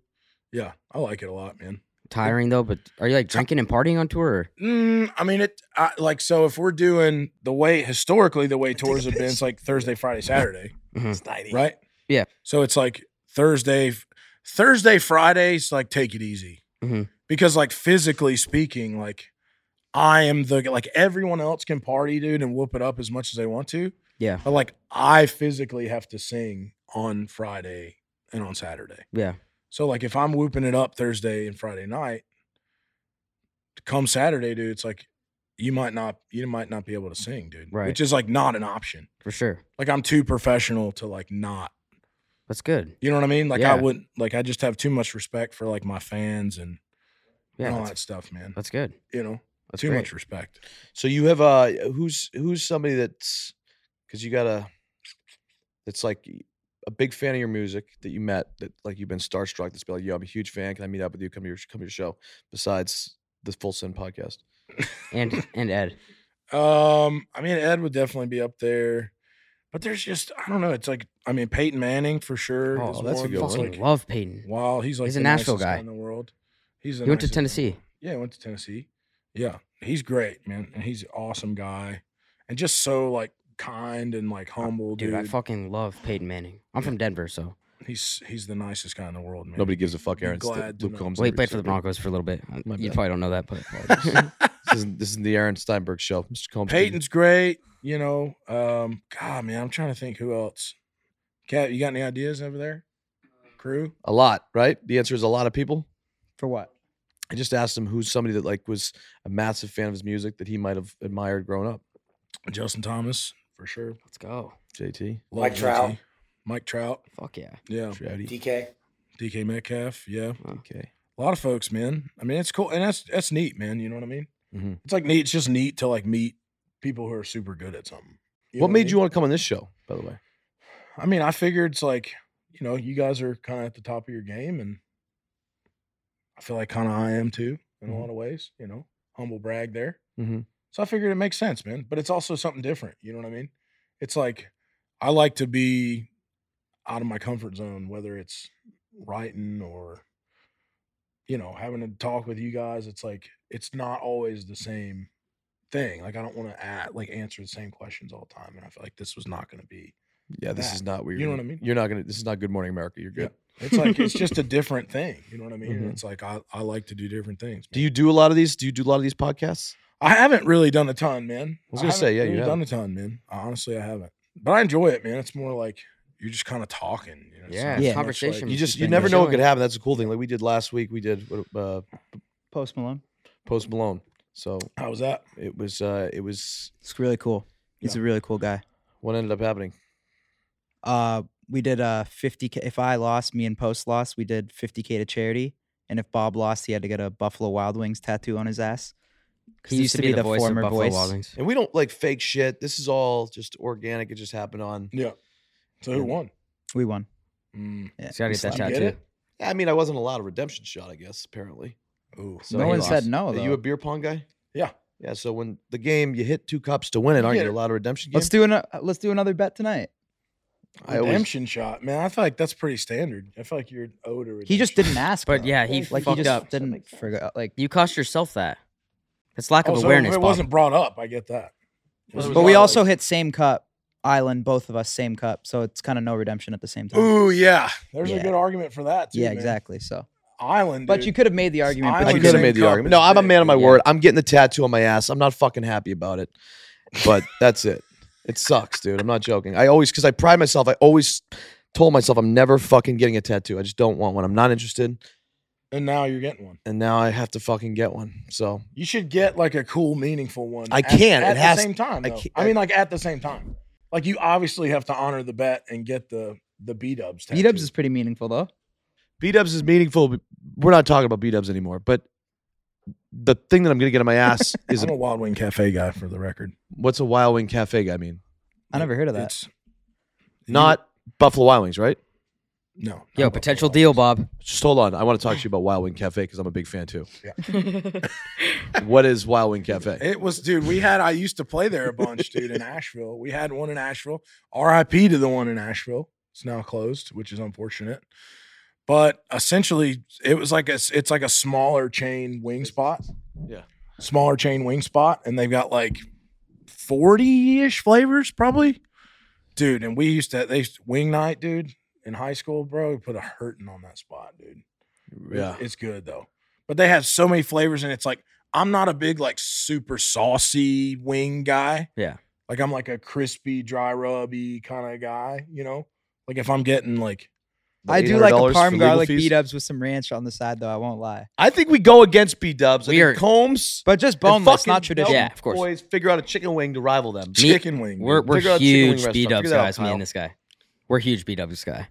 Yeah, I like it a lot, man. Tiring though, but are you like drinking and partying on tour? Or? Mm, I mean, it I, like so. If we're doing the way historically the way tours have been, it's like Thursday, Friday, Saturday, Mhm. right? Yeah. So it's like Thursday, Thursday, Fridays, like take it easy Mhm. because, like, physically speaking, like I am the like everyone else can party, dude, and whoop it up as much as they want to. Yeah. But like I physically have to sing on Friday and on Saturday. Yeah. So like if I'm whooping it up Thursday and Friday night, come Saturday, dude, it's like you might not you might not be able to sing, dude. Right. Which is like not an option. For sure. Like I'm too professional to like not. That's good. You know what I mean? Like I Yeah. wouldn't like I just have too much respect for like my fans and Yeah. and all that's, that stuff, man. that's good. You know, That's too great. much respect. So you have uh who's who's somebody that's because you got a that's like a big fan of your music that you met that like you've been starstruck. That's been like, yo, I'm a huge fan. Can I meet up with you? Come to your come to your show. Besides the Full Send podcast, And and Ed. Um, I mean, Ed would definitely be up there, but there's just I don't know. It's like I mean, Peyton Manning for sure. Oh, is that's a one good that's, one. Fucking Like, love Peyton. wow, he's like He's a the Nashville nicest guy. in the world. He's the He went to nicest guy in the Tennessee. Yeah, I went to Tennessee. Yeah, he's great, man, and he's an awesome guy, and just so like kind and like humble, Dude, dude. I fucking love Peyton Manning. I'm from Denver, so he's he's the nicest guy in the world, man. nobody gives a fuck. I'm Aaron, It's the- glad to Luke know. Combs. well, he every played for the single- Broncos for a little bit. Uh, My You bad. probably don't know that, but This isn't, this isn't the Aaron Steinberg show. Mr. Combs. didn't- Peyton's great, you know. Um, God, man, I'm trying to think who else. Cat, you got any ideas over there? Crew? a lot, right? The answer is a lot of people. For what? I just asked him who's somebody that like was a massive fan of his music that he might have admired growing up. Justin Thomas for sure. Let's go. JT, Love Mike Trout. JT. Mike Trout. Fuck yeah. Yeah. Trouty, DK. DK Metcalf. Yeah. okay. A lot of folks, man. I mean, it's cool, and that's that's neat, man. You know what I mean? Mhm. It's like neat. It's just neat to like meet people who are super good at something. know What I made mean? you want to come on this show? By the way, I mean, I figured it's like, you know, you guys are kind of at the top of your game, and I feel like kind of I am too in a Mhm. lot of ways. You know, humble brag there. Mhm. So I figured it makes sense, man. But it's also something different. You know what I mean? It's like I like to be out of my comfort zone, whether it's writing or you know having to talk with you guys. It's like it's not always the same thing. Like I don't want to at like answer the same questions all the time, and I feel like this was not going to be yeah, this That. is not weird. You know what I mean? You're not gonna. This is not Good Morning America. You're Yeah. good. It's like it's just a different thing. You know what I mean? Mhm. It's like I, I like to do different things. Do man. you do a lot of these? Do you do a lot of these podcasts? I haven't really done a ton, man. I was gonna haven't say, yeah, you really done a ton, man. I, honestly, I haven't. But I enjoy it, man. It's more like you're just kind of talking. You know, it's Yeah, not it's so much conversation. like- You Keep just you things never know what could chilling. happen. That's a cool thing. Like we did last week. We did what, uh, Post Malone. Post Malone. So how was that? it was uh it was It's really cool. He's Yeah. a really cool guy. what ended up happening. Uh, we did uh 50k. If I lost, me and Post lost. We did 50k to charity. And if Bob lost, he had to get a Buffalo Wild Wings tattoo on his ass. 'Cause He used to be the voice of former Buffalo voice. Wild Wings. And we don't like fake shit. This is all just organic. It just happened on. Yeah. So who And- won? We won. Mm. Yeah, He's gotta we get that slapped You him. get tattoo. it? Yeah, I mean, I wasn't allowed a redemption shot. I guess apparently. Ooh. So no he one lost. said no. Are Though. you a beer pong guy? Yeah. Yeah. So when the game you hit two cups to win it, You aren't get you it. allowed a redemption game? let's do an, uh, Let's do another bet tonight. I always- redemption shot, man. I feel like that's pretty standard. I feel like you're owed a redemption. He just didn't ask. But though. yeah, he like he fucked just up. didn't forget. Like, You cost yourself that. It's lack of Oh, so awareness. if it Bob. wasn't brought up. I get that. It But was but we brought up. also hit same cup island. Both of us same cup, so it's kind of no redemption at the same time. Ooh, yeah. There's a Yeah. good argument for that too. yeah, man. exactly. So, Island, but dude. you could have made the argument. I But I Island you could have didn't. same made the cup argument. is No, I'm a big, man of my yeah. word. I'm getting the tattoo on my ass. I'm not fucking happy about it, but that's it. It sucks, dude. I'm not joking. I always, because I pride myself, I always told myself I'm never fucking getting a tattoo. I just don't want one. I'm not interested. and now you're getting one. And now I have to fucking get one. So You should get like a cool, meaningful one. I at- can't. At It the has- same time. I though. can't- I, mean, like at the same time. Like you obviously have to honor the bet and get the the B Dubs. B Dubs is pretty meaningful though. B Dubs is meaningful. But we're not talking about B Dubs anymore. But the thing that I'm going to get on my ass is I'm a, a Wild Wing Cafe guy for the record. what's a Wild Wing Cafe guy mean? I never heard of that. It's Not Buffalo Wild Wings, right? no. not Yo, Buffalo potential Wild deal, Wings. Bob. Just hold on. I want to talk to you about Wild Wing Cafe because I'm a big fan too. That's What is Wild Wing Cafe? It was, dude. We had. I used to play there a bunch, dude, in Asheville. We had one in Asheville. R.I.P. to the one in Asheville. It's now closed, which is unfortunate. But essentially, it was like a. s- It's like a smaller chain wing spot. Yeah. Smaller chain wing spot, and they've got like forty-ish flavors, probably. Dude, and we used to. They used to- wing night, dude. In high school, bro, we put a hurting on that spot, dude. Yeah. It's good though. But they have so many flavors and it's like I'm not a big like super saucy wing guy. Yeah. Like I'm like a crispy, dry rubby kind of guy, you know? Like if I'm getting like I do like a $800 for parm legal garlic fees? B Dubs with some ranch on the side though. I won't lie. I think we go against B Dubs. I We think are- Combs. But just and boneless, fucking not traditional. Yeah, of course. Boys figure out a chicken wing to rival them. Me- chicken wing. We're dude. we're Figure out chicken wing huge restaurant. B Dubs Figure that out, guys. Me Kyle. and this guy, we're huge B Dubs guy.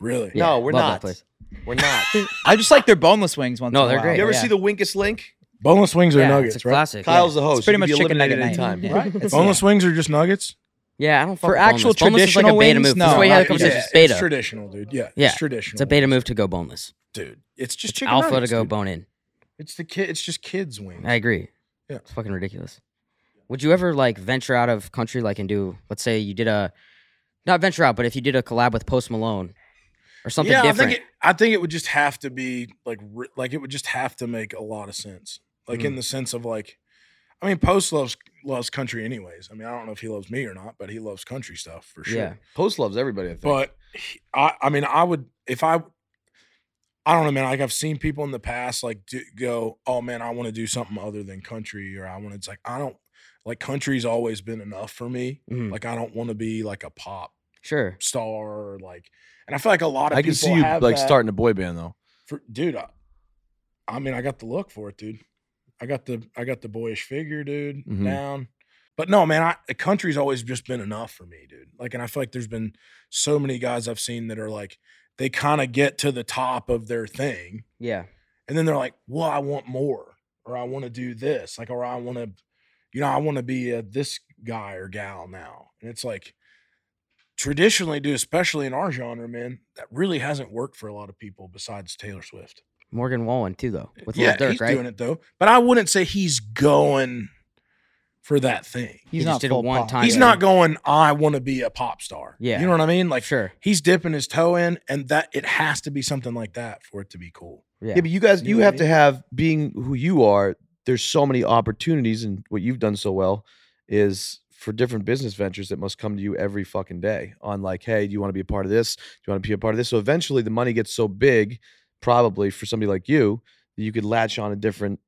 really Yeah, no, we're love that not. place. We're not. you I just like their boneless wings once. No, in a they're while, great. but You ever yeah. see the Winkest Link? Boneless wings or yeah, nuggets, it's a right? classic. Kyle's yeah. the host. It's pretty You can much be chicken eliminated nugget night. any time. Yeah. Right? It's- boneless wings are just nuggets? yeah, I don't fuck For with actual boneless. Boneless is like a traditional beta wings, move. no, That's why you not had really. a conversation. Yeah, It's beta. It's traditional, dude. Yeah. Yeah, It's traditional. It's a beta move to go boneless. dude. It's just It's chicken alpha nuggets, to go dude. bone in. It's the kid it's just kids wings. I agree. Yeah. It's fucking ridiculous. Would you ever like venture out of country like and do let's say you did a not venture out, but if you did a collab with Post Malone or something yeah, different. I think it, I think it would just have to be like re- like it would just have to make a lot of sense. Like Mm. in the sense of like, I mean, Post loves loves country anyways. I mean, I don't know if he loves me or not, but he loves country stuff for sure. Yeah. Post loves everybody. I think. But he- I I mean, I would if I I don't know, man. Like I've seen people in the past like do, go, oh man, I want to do something other than country, or I want to. It's like I don't like country's always been enough for me. Mm. Mhm. Like I don't want to be like a pop sure. star, or like, and I feel like a lot of I can people see you have like that starting a boy band though. for dude. I, I mean, I got the look for it, dude. I got the I got the boyish figure, dude, Mhm. down. But no, man, I, the country's always just been enough for me, dude. Like, and I feel like there's been so many guys I've seen that are like, they kind of get to the top of their thing, Yeah. and then they're like, well, I want more, or I want to do this, like, or I want to, you know, I want to be a, this guy or gal now. And it's like, traditionally, dude, especially in our genre, man, that really hasn't worked for a lot of people besides Taylor Swift. Morgan Wallen too though with yeah, Lil Durk, he's right? doing it though. But I wouldn't say he's going for that thing. He's just not did it full one pop. time. He's yeah. not going. I want to be a pop star. Yeah. you know what I mean. Like sure. he's dipping his toe in, and that it has to be something like that for it to be cool. Yeah. Yeah, but you guys, You you, know what I have to mean? have being who you are. There's so many opportunities, and what you've done so well is for different business ventures that must come to you every fucking day. On like, hey, do you want to be a part of this? Do you want to be a part of this? So eventually, the money gets so big, probably for somebody like you, that you could latch on a different.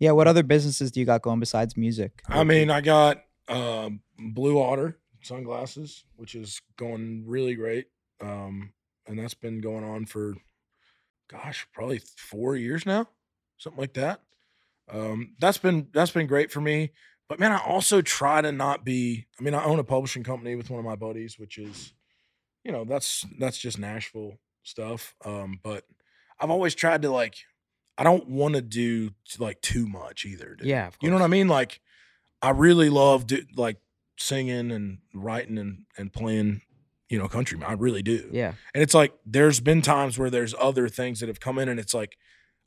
Yeah, what other businesses do you got going besides music? I mean, I got um, Blue Otter sunglasses, which is going really great, um, and that's been going on for, gosh, probably four years now, something like that. Um, that's been that's been great for me. But man, I also try to not be. I mean, I own a publishing company with one of my buddies, which is, you know, that's that's just Nashville stuff. Um, but I've always tried to like, I don't want to do like too much either. Dude. Yeah. Of You know what I mean? Like, I really love do, like singing and writing and and playing, you know, country. I really do. Yeah. And it's like there's been times where there's other things that have come in, and it's like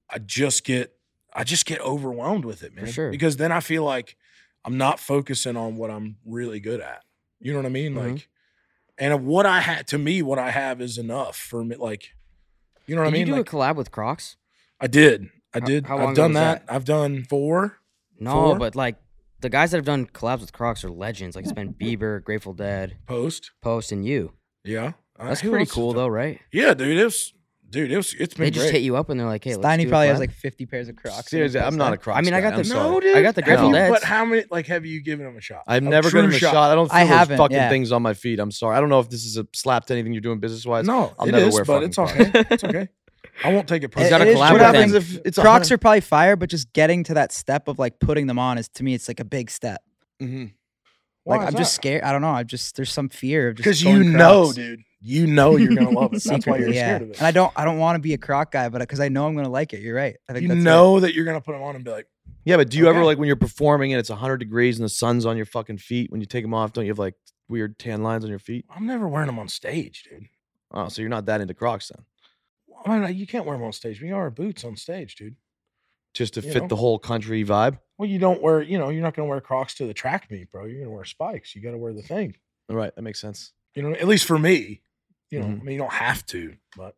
I just get I just get overwhelmed with it, For man. sure. Because then I feel like I'm not focusing on what I'm really good at. You know what I mean? Mhm. Like, and what I had to me, what I have is enough for me. Like, you know what Did I mean? you do Like, a collab with Crocs? I did. I How- did. how long I've ago done was that. I've done four. No, Four? but like the guys that have done collabs with Crocs are legends. Like it's been Bieber, Grateful Dead, Post. Post, and you. Yeah. Uh, That's who pretty else has cool done- though, right? Yeah, dude, it was, dude, it was, it's been They just hit great. you up and they're like, "Hey, let's Steiny do a probably has collab." like 50 pairs of Crocs. in his Seriously, I'm not a basement. cross. I mean, I got i the- no, dude, I got the have Grateful you- Deads. But how many, like, have you given them a shot? I've A never true given him a shot. I don't. Feel I those haven't, Fucking yeah. things on my feet. I'm sorry. I don't know if this is a slap to anything you're doing business wise. No, I'll it never is, wear but fucking it's Crocs. okay. it's okay. I won't take it He's personally. gotta It is collab what with happens them. if it's a Crocs hundred- are probably fire, but just getting to that step of like putting them on is to me, it's like a big step. Mhm. Why Like is I'm just that? scared. I don't know. I'm just there's some fear of just because you going know, Crocs. dude, you know you're gonna love it. That's why you're yeah. scared of it. And I don't I don't want to be a Croc guy, but because I know I'm gonna like it. You're right. I think you that's it. know that you're gonna put them on and be like, Yeah, but do you ever Okay. like when you're performing and it's 100 degrees and the sun's on your fucking feet when you take them off? Don't you have like weird tan lines on your feet? I'm never wearing them on stage, dude. Oh, so you're not that into Crocs then? I mean, you can't wear them on stage. We are boots on stage, dude. Just to You fit know? the whole country vibe? Well, you don't wear, you know, you're not gonna wear Crocs to the track meet, bro. You're gonna wear spikes. You gotta wear the thing. All right, that makes sense. You know, at least for me, you know, Mhm. I mean, you don't have to, but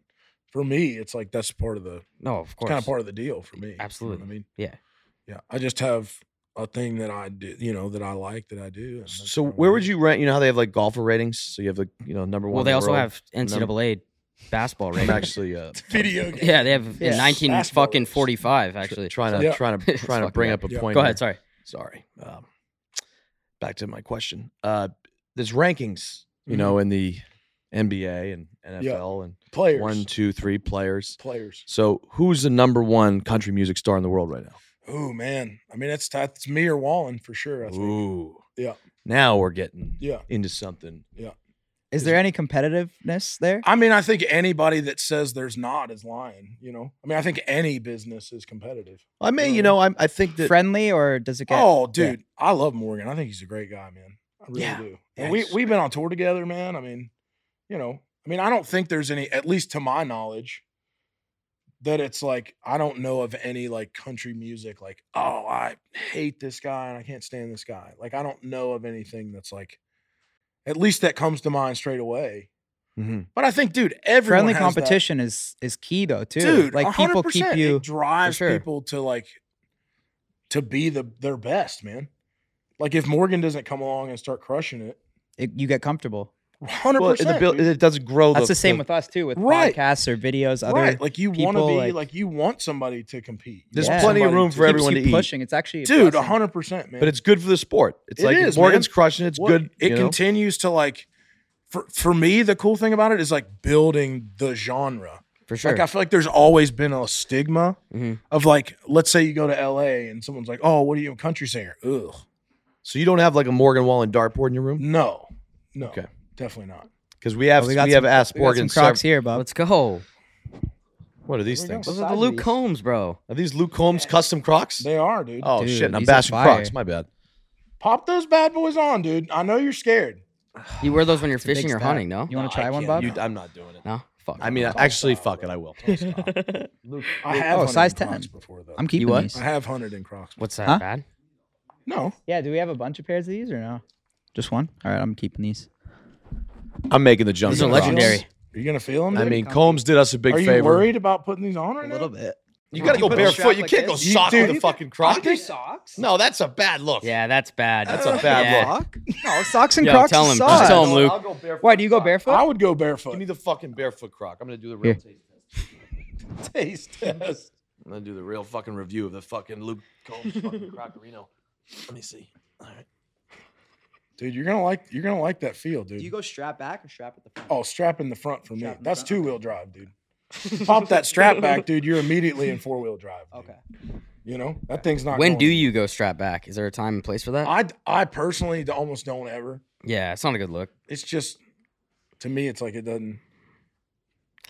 for me, it's like that's part of the No, of course. kind of part of the deal for me. you know what Absolutely. I mean, Yeah. yeah. I just have a thing that I do, you know, that I like that I do. and that's So kinda where what I would do. you rank? You know how they have like golfer ratings? So you have like, you know, number one. well, in they the also world? have NCAA basketball I'm ratings. actually uh, video game? yeah, they have Yeah. in 19 Basketball fucking ratings. 45 tr- actually. trying to Yeah. trying to It's trying to fucking bring bad. up a Yeah. point. Go ahead, here. Sorry. sorry. Um, back to my question. Uh, there's rankings, you Mm-hmm. know, in the NBA and NFL and Players, one, two, three players. players. So who's the number one country music star in the world right now? Oh man, I mean, it's tough. it's me or Wallen for sure. I think. Ooh. Yeah. Now we're getting Yeah, into something. Is there any competitiveness there? I mean, I think anybody that says there's not is lying. You know, I mean, I think any business is competitive. I mean, you Mhm. know, I, I think that Friendly or does it get Oh, dude, I love Morgan. I think he's a great guy, man. I really Yeah. do. Yeah, And we he's- we've been on tour together, man. I mean, you know, I mean, I don't think there's any, at least to my knowledge, that it's like I don't know of any like country music like, oh, I hate this guy and I can't stand this guy. Like I don't know of anything that's like, at least that comes to mind straight away. Mhm. But I think, dude, everyone friendly has that- competition is is key though too. dude like people keep 100%. you it drives sure. people to like to be the their best man like if morgan doesn't come along and start crushing it it, you get comfortable. 100% Well, in the build, dude. it does grow. That's the same with us too, with Right. podcasts or videos, other right like you want to people, be like- like, you want somebody to compete You There's want plenty of somebody room to- for keeps everyone you to eat. pushing. It's actually dude impressive. 100% man but it's good for the sport. It's It like is, if Morgan's man. crushing. It's Well, good. it you know? continues to like for for me the cool thing about it is like building the genre for sure. Like I feel like there's always been a stigma Mhm. of like, let's say you go to LA and someone's like, "Oh, what are you a country singer?" Ugh, So you don't have like a Morgan Wallen dartboard in your room? no, no, Okay. definitely not. Because we have Oh, we, we got have some- asked We got some Morgan. Crocs sev- here, Bob. Let's go. What are these Here we go. things? Those are the Side Luke piece. Combs, bro. Are these Luke Combs custom Crocs? They are, dude. Oh Dude, shit! and I'm these are bashing fire. Crocs. My bad. Pop those bad boys on, dude. I know you're scared. You wear those when you're It's a big fishing or stack. hunting, no? You want No, to I try one, can't. Bob? You- I'm not doing it. No? Fuck. I mean, Don't actually, stop. fuck it. I will. Luke, I have oh, hunted size in Crocs 10. before though. I'm keeping what? these. I have hunted in Crocs. What's that, Huh? bad? No, Yeah, do we have a bunch of pairs of these or no? Just one? All right, I'm keeping these. I'm making the jump. These to are Crocs. legendary. are you gonna feel them? I mean, Combs did us a big are you favor. worried about putting these on right A now? little bit. You gotta go put a strap barefoot. You like can't go this. You sock do. with a fucking Croc. Socks? No, that's a bad look. Yeah, that's bad. That's a bad Yeah. look. No, socks and Yo, Crocs. tell is him. socks. Just tell him, Luke. I'll go barefoot. Why do you go Croc. barefoot? I would go Give barefoot. me the fucking barefoot Croc. I'm gonna do the Here. real taste. taste test. I'm gonna do the real fucking review of the fucking Luke Combs fucking Crocorino. Let me see. All right. Dude, you're gonna like you're gonna like that feel, dude. Do you go strap back or strap at the front? oh, strap in the front for me. Strap in the That's front, two wheel drive, dude. Pop that strap back, dude. You're immediately in four wheel drive. dude. Okay. You know that thing's not. When going do you go strap back? Is there a time and place for that? I I personally d- almost don't ever. yeah, it's not a good look. It's just to me, it's like it doesn't.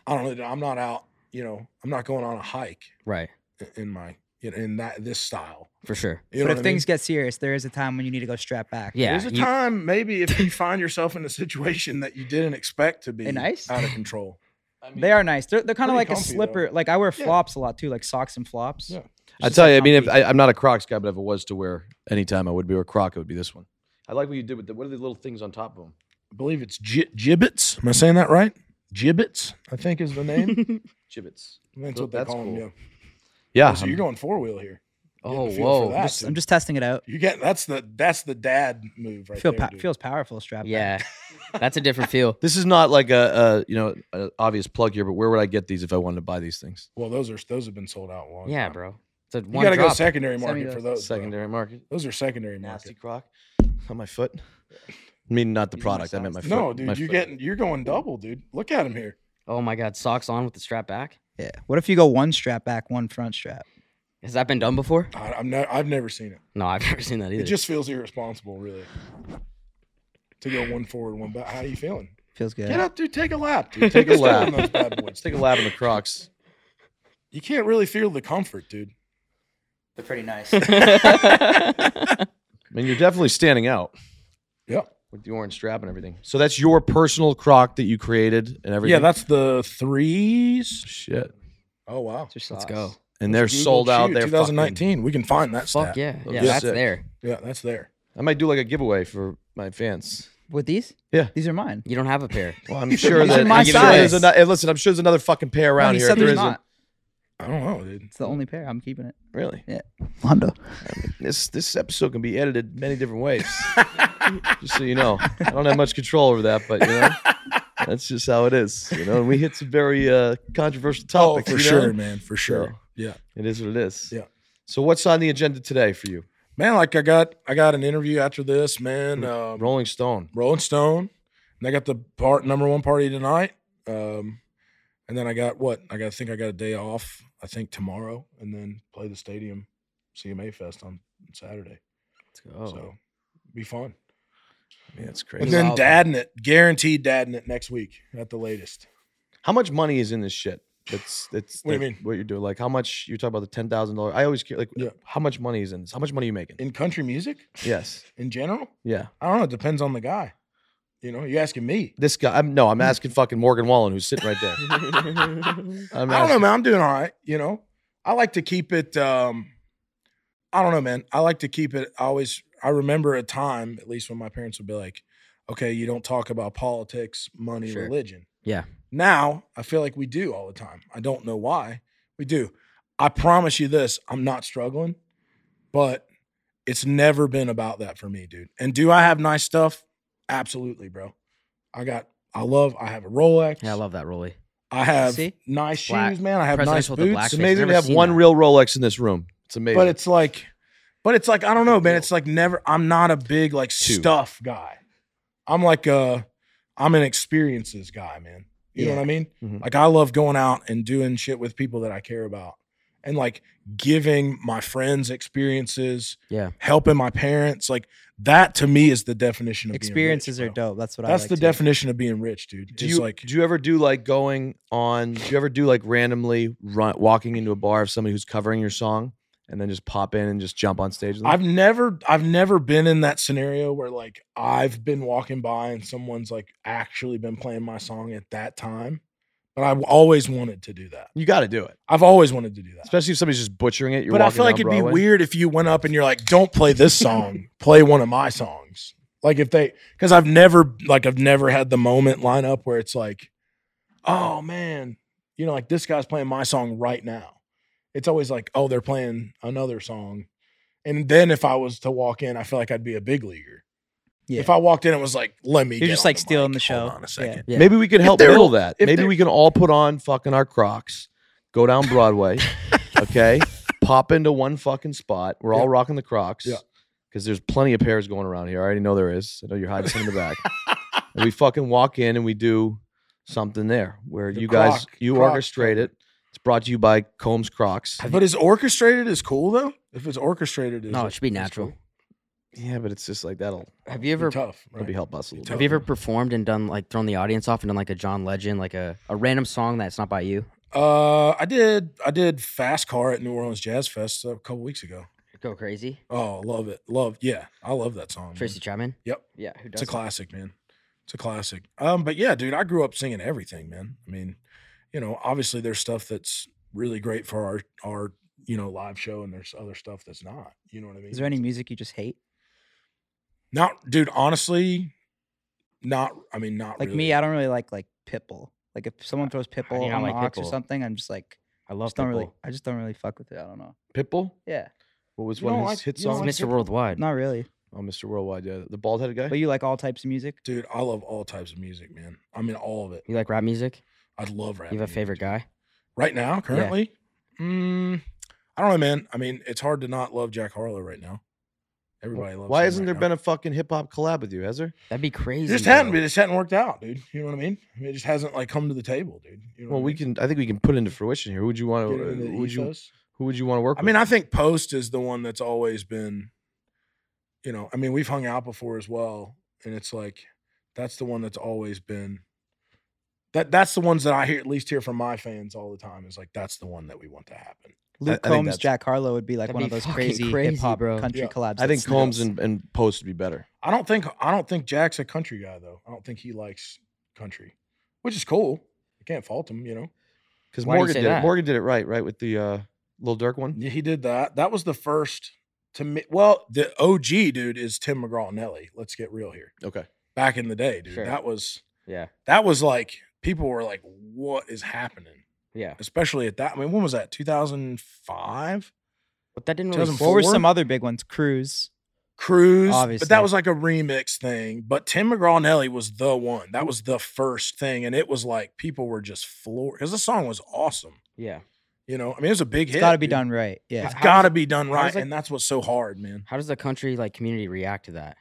I don't know. dude, I'm not out. You know, I'm not going on a hike Right. i- in my in- in that this style. For sure. You know but if what I mean? things get serious, there is a time when you need to go strap back. Yeah. There's a you- time, maybe, if you find yourself in a situation that you didn't expect to be They're nice. out of control. I mean, They are nice. They're, they're kind of Pretty like a comfy, though. slipper. Like I wear Yeah. flops a lot too, like socks and flops. Yeah. I tell you, I mean, if, I, I'm not a Crocs guy, but if it was to wear any time, I would be a Croc. It would be this one. I like what you did with the. What are the little things on top of them? I believe it's gi- gibbets. Am I saying that right? Gibbets, I think is the name. Gibbets. That's what they That's call them. cool. Yeah. Yeah. So you're going four wheel here. Getting Oh, a feel for whoa. that, Uh-huh. I'm just, I'm dude. just testing it out. You get that's the that's the dad move right Feel there. pa- dude. feels powerful strap. back. Yeah. That's a different feel. this is not like a, a you know an obvious plug here, but where would I get these if I wanted to buy these things? well, those are those have been sold out a long. Yeah, time. bro. It's a Oh, You one gotta go drop. secondary Send me market for those. bro. Secondary market. Those are secondary Nasty market. Croc on my foot. I mean, not the These are my product. I meant my socks. foot. No, my dude, you're foot. getting you're going double, dude. Look at him here. oh my god, socks on with the strap back? Yeah. What if you go one strap back, one front strap? Has that been done before? I, I'm not, I've never seen it. No, I've never seen that either. It just feels irresponsible, really. To go one forward, one back. How you feeling? Feels good. Get up, dude. Take a lap, dude. Take a step lap. on Those bad boys. Let's take a lap in the Crocs. You can't really feel the comfort, dude. They're pretty nice. I mean, you're definitely standing out Yeah. with the orange strap and everything. So that's your personal Croc that you created and everything. Yeah, that's the threes. shit. Oh wow. Let's go. And they're Google sold out. shoot, They're 2019. we can find that Fuck stat. yeah. Those Yeah, are that's sick. there. Yeah, that's there. Fucking, I might do like a giveaway for my fans. With these? Yeah. These are mine. You don't have a pair. Well, I'm sure These are that my I'm sure there's size. ano- hey, listen, I'm sure there's another fucking pair No, around he here. said If there there's isn't- not. I don't know, dude. It's the only pair. I'm keeping it. Really? Honda. This this episode can be edited many different ways. just so you know, I don't have much control over that, but you know, that's just how it is. You know, and we hit some very uh, controversial topics. Oh, for you know? sure, man. For sure. So- Yeah. It is what it is. Yeah. So what's on the agenda today for you? Man, like I got I got an interview after this, man. Um, Rolling Stone. Rolling Stone. And I got the part number one party tonight. Um, and then I got what? I got I think I got a day off, I think tomorrow, and then play the stadium CMA Fest on Saturday. Let's go. So be fun. Man, that's And crazy. then Wild. dadding it. Guaranteed dadding it next week at the latest. how much money is in this shit? That's that's What do you that- mean? What you're doing? Like how much you talk about the ten thousand dollars? I always care, like Yeah. how much money is in this? How much money are you making? In country music yes. in general? Yeah. I don't know. It depends on the guy. You know, you asking me. This guy. I'm no. I'm asking fucking Morgan Wallen, who's sitting right there. I'm I don't know, asking- man. I'm doing all right. You know, I like to keep it. Um, I don't know, man. I like to keep it. I always, I remember a time, at least when my parents would be like, okay, you don't talk about politics, money, Sure. religion. Yeah. Now I feel like we do all the time. I don't know why we do. I promise you this I'm not struggling, but it's never been about that for me, dude. And do I have nice stuff? Absolutely, bro. I got, I love, I have a Rolex. yeah, I love that Rolly. I have See? nice Black- shoes, man. I have nice presidential with the boots. black It's I've amazing never to have seen one that. real Rolex in this room. It's amazing. But it's like, but it's like I don't know, man. It's like never. I'm not a big like Two. stuff guy. I'm like a, I'm an experiences guy, man. You know Yeah. what I mean? Mhm. Like I love going out and doing shit with people that I care about and like giving my friends experiences, Yeah. helping my parents. Like that to me is the definition of being rich, Experiences are bro. dope. That's what I That's like the too. definition of being rich, dude. Do It's you like do you ever do like going on? Do you ever do like randomly run, walking into a bar of somebody who's covering your song and then just pop in and just jump on stage? with them? I've never I've never been in that scenario where like I've been walking by and someone's like actually been playing my song at that time. But I've always wanted to do that. you got to do it, I've always wanted to do that. especially if somebody's just butchering it. You're but I walking feel like down it'd Broadway. be weird if you went up and you're like, "Don't play this song. play one of my songs." Like if they, because I've never, like I've never had the moment line up where it's like, "Oh man, you know, like this guy's playing my song right now." It's always like, "Oh, they're playing another song," and then if I was to walk in, I feel like I'd be a big leaguer. Yeah. If I walked in, it was like, "Let me." You're get just, on like, stealing mic. the Hold show. on Yeah. a second. Yeah. Maybe we could help they're- build that. if Maybe they're- we can all put on fucking our Crocs, go down Broadway, okay? Pop into one fucking spot. We're all Yeah. rocking the Crocs Yeah. because there's plenty of pairs going around here. I already know there is. I know you're hiding some in the back. and we fucking walk in and we do something there where The you guys Croc- you Croc orchestrate cover. it. It's brought to you by Combs Crocs. But is orchestrated is cool though? If it's orchestrated, is No, it should be is natural. cool. Yeah, but it's just like that'll, Have you Be ever tough? that'll right? be help us a little tough. have bit. you ever performed and done like thrown the audience off and done like a John Legend, like a, a random song that's not by you? Uh, I did. I did fast car at New Orleans Jazz Fest a couple weeks ago. Go crazy. Oh, love it. Love. Yeah, I love that song. man. Tracy Chapman. Mm-hmm. Yep. Yeah. Who It's does? a classic, man. It's a classic. Um, but yeah, dude, I grew up singing everything, man. I mean, you know, obviously there's stuff that's really great for our our you know live show, and there's other stuff that's not. You know what I mean? Is there any music you just hate? Not, dude. Honestly, not. I mean, not Like really. me, I don't really like like Pitbull. Like if someone throws Pitbull mean, I on the like ox or Pitbull. something, I'm just like I love just don't really. Pitbull. I just don't really fuck with it. I don't know. Pitbull? Yeah, What was You one don't of his like- hit you don't songs? like It's Mr. Worldwide. not really. oh, Mr. Worldwide, yeah. The bald headed guy? But you like all types of music. dude. I love all types of music, man. I mean, all of it. You like rap music? I love rap. You have a music, favorite dude. guy? right now currently mm, i don't know man i mean it's hard to not love jack harlow right now everybody loves Why him hasn't right there now. Mm-hmm. been a fucking hip hop collab with you? Has there? That'd be it crazy. just hadn't bro. it just hadn't worked out dude you know what i mean I mean, it just hasn't like come to the table dude you know Well, we can. I think we can put into fruition here. Who would you want Get to? into the Who would you? ethos. Who would you want to work? i mean with? i think post is the one that's always been you know i mean we've hung out before as well and it's like that's the one that's always been that that's the ones that i hear at least hear from my fans all the time is like that's the one that we want to happen Luke I think Combs, that's- Jack Harlow would be like That'd one be of those fucking crazy, crazy, hip hop bro. country Yeah. collabs. I that think sticks. Combs and, and Post would be better. I don't think I don't think Jack's a country guy though. I don't think he likes country, which is cool. I can't fault him, you know. Because Why do you Morgan say did that? it. Morgan did it right, right with the uh, Lil Durk one. Yeah, he did that. That was the first to me. Well, the OG dude is Tim McGraw Nelly. Let's get real here. Okay. Back in the day, dude, Sure. that was Yeah. that was like people were like, "What is happening?" Yeah. Especially at that. I mean, when was that? Two thousand five. But that didn't really. 2004? What were Four? some other big ones? Cruise. Cruise, but Obviously. that was like a remix thing. But Tim McGraw Nelly was the one. That was the first thing, and it was like people were just floored because the song was awesome. Yeah. You know, I mean, it was a big hit. It's got to be dude. done right. Yeah. It's How- got to be done right, does, like- and that's what's so hard, man. How does the country like community react to that?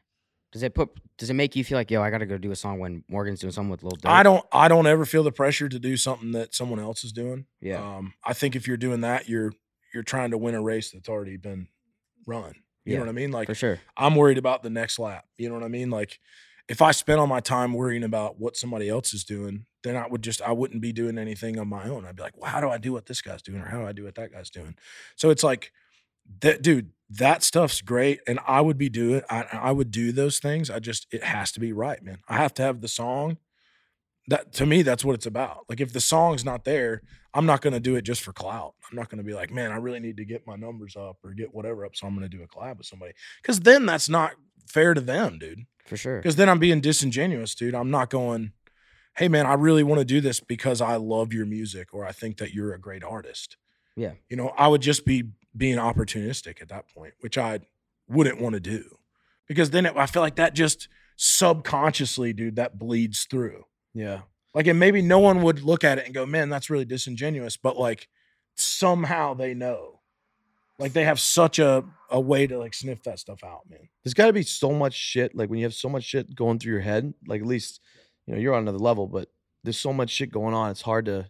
Does it put? Does it make you feel like yo, I gotta go do a song when Morgan's doing something with Lil Durk? I don't, I don't ever feel the pressure to do something that someone else is doing. Yeah. Um, I think if you're doing that, you're you're trying to win a race that's already been run. You Yeah, know what I mean? Like for sure. I'm worried about the next lap. You know what I mean? Like if I spent all my time worrying about what somebody else is doing, then I would just I wouldn't be doing anything on my own. I'd be like, well, how do I do what this guy's doing or how do I do what that guy's doing? So it's like that dude, that stuff's great. And I would be doing I I would do those things. I just it has to be right, man. I have to have the song. That to me, that's what it's about. Like if the song's not there, I'm not gonna do it just for clout. I'm not gonna be like, man, I really need to get my numbers up or get whatever up. So I'm gonna do a collab with somebody. Cause then that's not fair to them, dude. For sure. Because then I'm being disingenuous, dude. I'm not going, hey man, I really want to do this because I love your music or I think that you're a great artist. Yeah. You know, I would just be being opportunistic at that point, which I wouldn't want to do. Because then it, I feel like that just subconsciously, dude, that bleeds through. Yeah. Like, and maybe no one would look at it and go, man, that's really disingenuous. But like, somehow they know. Like, they have such a, a way to like sniff that stuff out, man. There's got to be so much shit. Like when you have so much shit going through your head, like at least you know you're on another level, but there's so much shit going on. It's hard to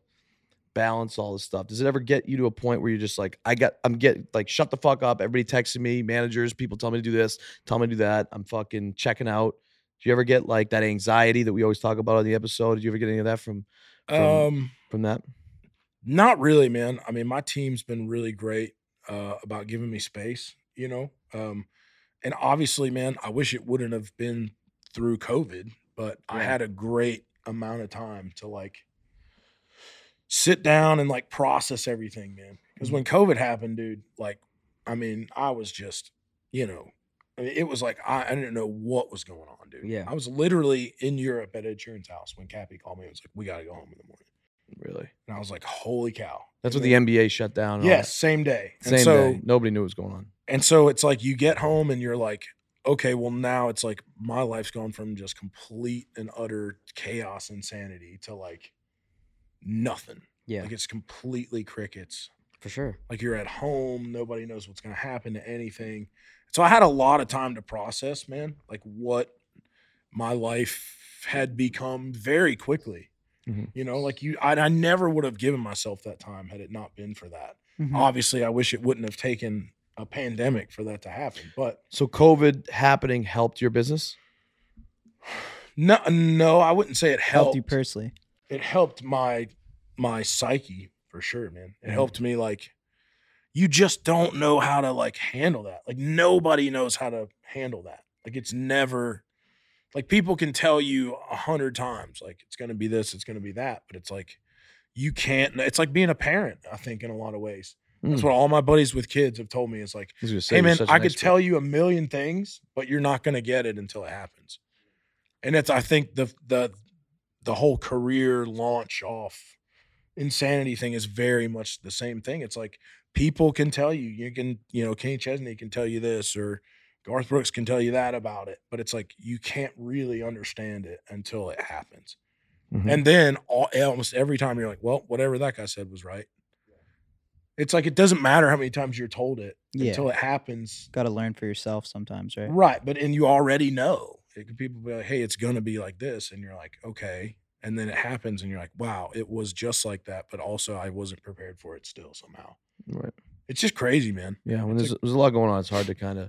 balance all this stuff. Does it ever get you to a point where you're just like, I got, I'm getting like, shut the fuck up. Everybody texting me, managers, people tell me to do this, tell me to do that. I'm fucking checking out. Do you ever get like that anxiety that we always talk about on the episode? Did you ever get any of that from From- Um, from that? Not really, man. I mean, my team's been really great uh, about giving me space, you know. Um, and obviously, man, I wish it wouldn't have been through COVID, but I Yeah. had a great amount of time to like sit down and like process everything, man. Because when COVID happened, dude, like, I mean, I was just, you know, I mean, it was like I, I didn't know what was going on, dude. Yeah. I was literally in Europe at a insurance house when Cappy called me and was like, "We got to go home in the morning." Really? And I was like, holy cow. That's And what the then- NBA shut down. and all Yes, same day. that. and Same so, day. Nobody knew what was going on. And so it's like you get home and you're like, okay, well, now it's like my life's gone from just complete and utter chaos, insanity to like nothing. Yeah, Like it's completely crickets. for sure. Like you're at home, nobody knows what's going to happen to anything. So I had a lot of time to process, man, like what my life had become very quickly. Mhm. You know, like you, I, I never would have given myself that time had it not been for that Mhm. obviously i wish it wouldn't have taken a pandemic for that to happen but So COVID happening helped your business. no no i wouldn't say it helped helped, you personally. it helped my my psyche for sure man it Mhm. helped me like you just don't know how to like handle that like nobody knows how to handle that like it's never like people can tell you a hundred times like it's gonna be this it's gonna be that but it's like you can't it's like being a parent i think in a lot of ways that's Mm. what all my buddies with kids have told me is like I was gonna say, hey you're man, such I an could expert. tell you a million things, but you're not going to get it until it happens. And that's I think the the the whole career launch off insanity thing is very much the same thing. It's like people can tell you, you can you know Kenny Chesney can tell you this or Garth Brooks can tell you that about it, but it's like you can't really understand it until it happens. Mhm. And then all, almost every time you're like, well, whatever that guy said was right. It's like it doesn't matter how many times you're told it Yeah. until it happens. Got to learn for yourself sometimes, right? Right. But and you already know. It could, people be like, hey, it's gonna be like this. And you're like, okay. And then it happens and you're like, wow, it was just like that, but also I wasn't prepared for it still somehow. Right. It's just crazy, man. Yeah. When It's there's, there's a lot going on, it's hard to kind of,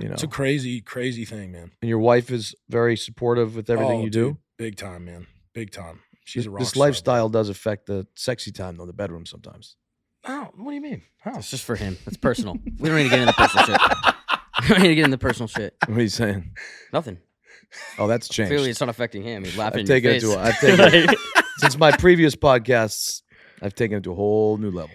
you know. It's a crazy, crazy thing, man. and your wife is very supportive with everything Oh, you do. dude, Big time, man. Big time. She's This- a rock this star, bro. lifestyle does affect the sexy time though, the bedroom sometimes. Oh, what do you mean? How? It's just for him. That's personal. we don't need to get into personal shit. We don't need to get into personal shit. What are you saying? Nothing. Oh, that's changed. Clearly, it's not affecting him. He's laughing. I've in your taken it to face. a, I've taken it, since my previous podcasts, I've taken it to a whole new level.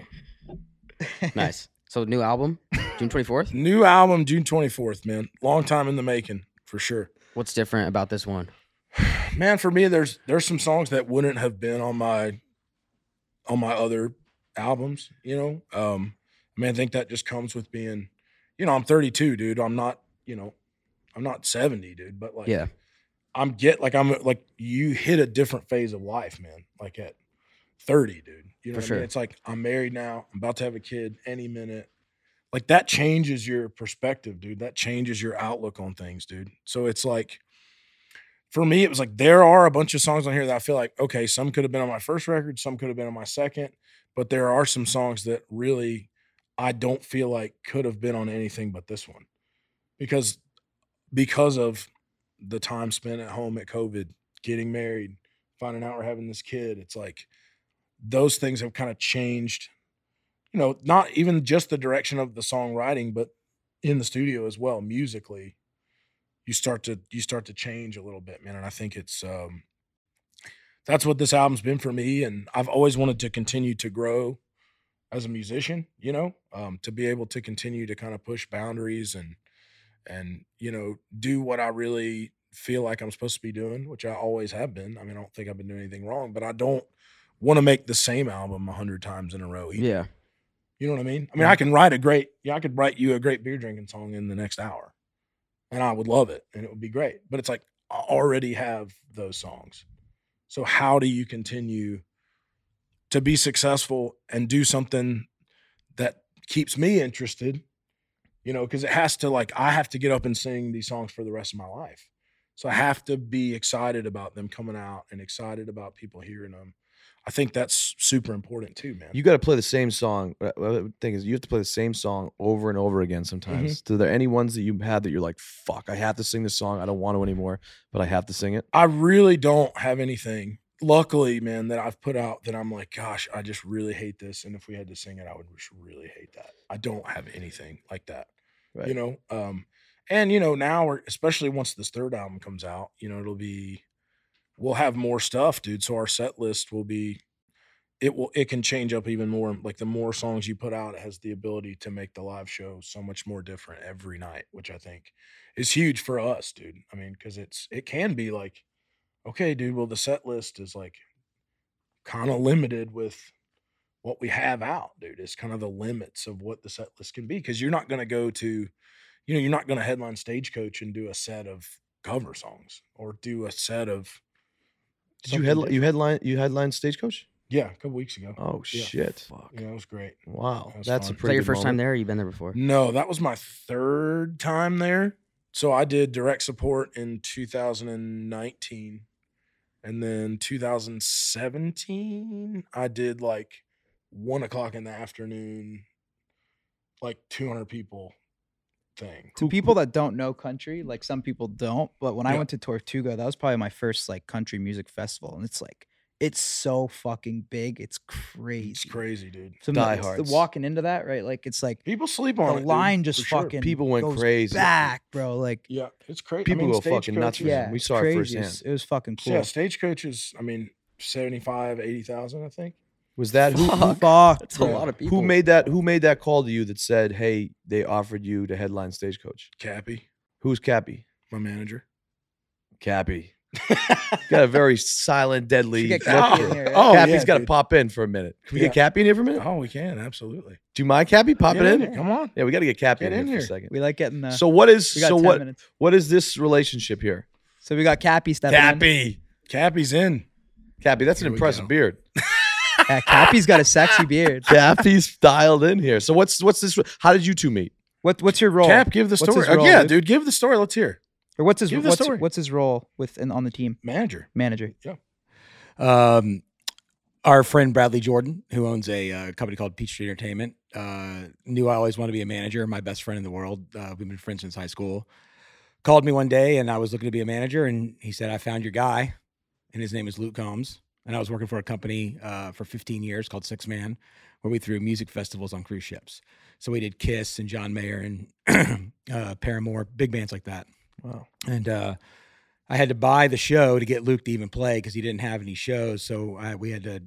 nice. So new album, June twenty fourth. New album June 24th, man. Long time in the making, for sure. What's different about this one? Man, for me there's there's some songs that wouldn't have been on my on my other albums, you know. Um I mean, I think that just comes with being, you know, I'm 32, dude. I'm not, you know, I'm not 70, dude, but like Yeah. I'm get like I'm like you hit a different phase of life, man. Like at 30, dude. You know what For I sure. mean? It's like I'm married now. I'm about to have a kid any minute. Like that changes your perspective, dude. That changes your outlook on things, dude. So it's like for me, it was like there are a bunch of songs on here that I feel like, okay, some could have been on my first record, some could have been on my second, but there are some songs that really I don't feel like could have been on anything but this one. Because because of the time spent at home at COVID, getting married, finding out we're having this kid, it's like those things have kind of changed, you know, not even just the direction of the songwriting, but in the studio as well, musically. You start to you start to change a little bit, man. And I think it's um that's what this album's been for me. And I've always wanted to continue to grow as a musician, you know, um, to be able to continue to kind of push boundaries and and you know do what i really feel like i'm supposed to be doing which i always have been i mean i don't think i've been doing anything wrong but i don't want to make the same album a hundred times in a row either. Yeah. you know what i mean i mean i can write a great yeah i could write you a great beer drinking song in the next hour and i would love it and it would be great but it's like i already have those songs so how do you continue to be successful and do something that keeps me interested you know because it has to like i have to get up and sing these songs for the rest of my life So I have to be excited about them coming out and excited about people hearing them. I think that's super important too, man. You got to play the same song. Uh, well, The thing is, you have to play the same song over and over Mm-hmm. again sometimes. Are there any ones that you had that you're like, fuck, I have to sing this song. I don't want to anymore, but I have to sing it? I really don't have anything. Luckily, man, that I've put out that I'm like, gosh, I just really hate this. And if we had to sing it, I would just really hate that. I don't have anything like that. Right. You know? Um, and you know, now we're especially once this third album comes out, you know, it'll be we'll have more stuff, dude. So our set list will be it will it can change up even more. Like the more songs you put out, it has the ability to make the live show so much more different every night, which I think is huge for us, dude. I mean, because it's it can be like, okay, dude, well the set list is like kind of limited with what we have out, dude. It's kind of the limits of what the set list can be because you're not going to go to, you know, you're not going to headline Stagecoach and do a set of cover songs or do a set of. Did you something headline? different. You headline? You headline Stagecoach? Yeah, a couple weeks ago. Oh Yeah. shit! Yeah, it was great. Wow, That was fun. Is that's a Is that pretty. your good first time moment. there? Or you been there before? No, that was my third time there. So I did direct support in 2019. And then 2017, I did like one o'clock in the afternoon, like 200 people thing. to people that don't know country, like some people don't, but when I Yeah. went to Tortuga, that was probably my first like country music festival, and it's like it's so fucking big, it's crazy. It's crazy, dude. From the- Diehards. The, walking into that, right? Like it's like People sleep on the it, dude, line just for sure. fucking People went goes crazy. back, bro. Like Yeah, it's crazy. People go fucking nuts for Yeah, them. yeah, we it's saw it crazy. firsthand. It's- It was fucking cool. yeah, stagecoach is, I mean, 75, 80,000, I think. Was that who? who- Fucked, That's a bro. lot of people. Who made that? Who made that call to you that said, "Hey, they offered you to headline Stagecoach"? Cappy, Who's Cappy? my manager. Cappy. got a very silent, deadly. Should look get to Cappy in it. here, yeah. Oh, Cappy's yeah, got to dude. pop in for a minute. Can we Yeah. get Cappy in here for a minute? Oh, we can, absolutely. Do you mind, Cappy, popping Get in? here, Come on. Yeah, we got to get Cappy Get in, in here, here. for a second. We like getting the. so what is we got so 10 what minutes. what is this relationship here? So we got Cappy stepping in. Cappy's in. Cappy, that's Here an we impressive go. beard. Yeah, Cappy's got a sexy beard. Cappy's dialed in here. So what's what's this? How did you two meet? What, what's your role? Cap, give the What's his story. Uh, role, yeah, dude? dude, give the story. Let's hear. or what's his give the what's, story. what's his role with in, on the team Manager. manager? Um, our friend Bradley Jordan, who owns a uh, company called Peachtree Entertainment, uh, knew I always wanted to be a manager. My best friend in the world, uh, we've been friends since high school. Called me one day, and I was looking to be a manager, and he said, "I found your guy," and his name is Luke Combs. And I was working for a company uh, for 15 years called Six Man, where we threw music festivals on cruise ships. So we did Kiss and John Mayer and uh, Paramore, big bands like that. Wow. And uh, I had to buy the show to get Luke to even play because he didn't have any shows. So I, we had to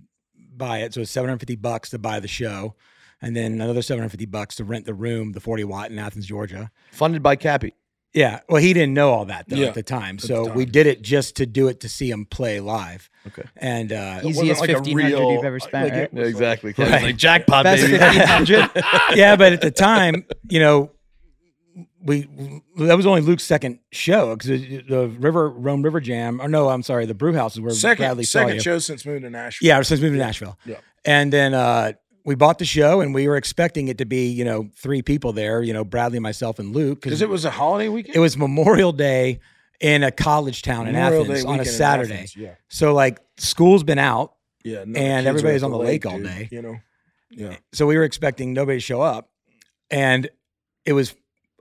buy it. So it's 750 bucks to buy the show. And then another 750 bucks to rent the room, the 40 watt in Athens, Georgia. Funded by Cappy. Yeah. Well, he didn't know all that though Yeah, at the time. the So we time. did it just to do it to see him play live. Okay. And uh, It wasn't Easiest like a 1500 real- you've ever spent, like, it right? was like- exactly. Right. Cappy's like jackpot, Best baby. 1500. yeah, but at the time, you know, we that was only Luke's second show because the River Rome River Jam. Or no, I'm sorry, the Brew House is where second Bradley saw second you. show since moving to Nashville. Yeah, since moving to Nashville. Yeah. And then uh, we bought the show, and we were expecting it to be, you know, three people there. You know, Bradley, myself, and Luke. Because it was a holiday weekend. it was Memorial Day in a college town Memorial in Day Athens on weekend a in Saturday. Athens, Yeah. So like school's been out, Yeah. no, the And kids are at everybody's on the lake all dude, day. You know? Yeah. so we were expecting nobody to show up, and it was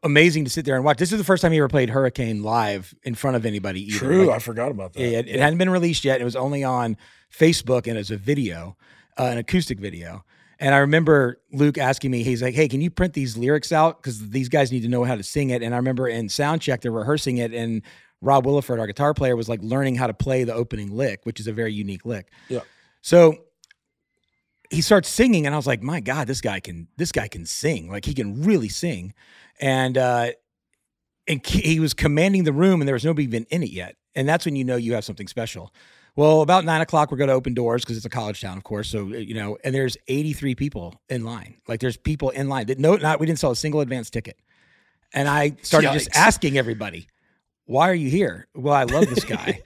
amazing to sit there and watch. This is the first time he ever played Hurricane live in front of anybody. Either. True. Like, I forgot about that. It, it hadn't been released yet. It was only on Facebook and as a video, uh, an acoustic video. And I remember Luke asking me, he's like, "Hey, can you print these lyrics out? Because these guys need to know how to sing it." And I remember in soundcheck they're rehearsing it, and Rob Williford, our guitar player, was like learning how to play the opening lick, which is a very unique lick. Yeah. So he starts singing, and I was like, "My God, this guy can this guy can sing! Like he can really sing." And uh, and he he was commanding the room, and there was nobody even in it yet. And that's when you know you have something special. Well, about nine o'clock, we're going to open doors because it's a college town, of course. So uh, you know, and there's 83 people in line. Like there's people in line that no, not we didn't sell a single advance ticket. And I started just Yikes. asking everybody, "Why are you here?" Well, I love this guy.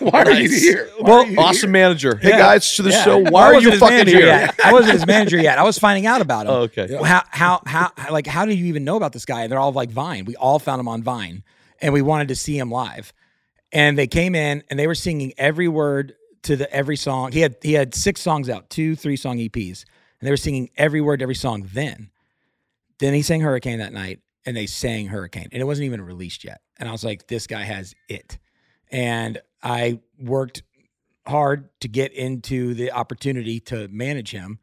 Why are you here? Well, awesome manager. Hey Yeah. guys, to the Yeah. show. Well, Why I are wasn't you his fucking manager here? yet. I wasn't his manager yet. I was finding out about him. Oh, okay. Yeah. How, how how how- like how do you even know about this guy? And they're all like Vine. We all found him on Vine, and we wanted to see him live. and they came in and they were singing every word to the every song. He had he had six songs out, two three song EPs, and they were singing every word to every song. Then, then he sang Hurricane that night, and they sang Hurricane, and it wasn't even released yet. And I was like, this guy has it. And I worked hard to get into the opportunity to manage him.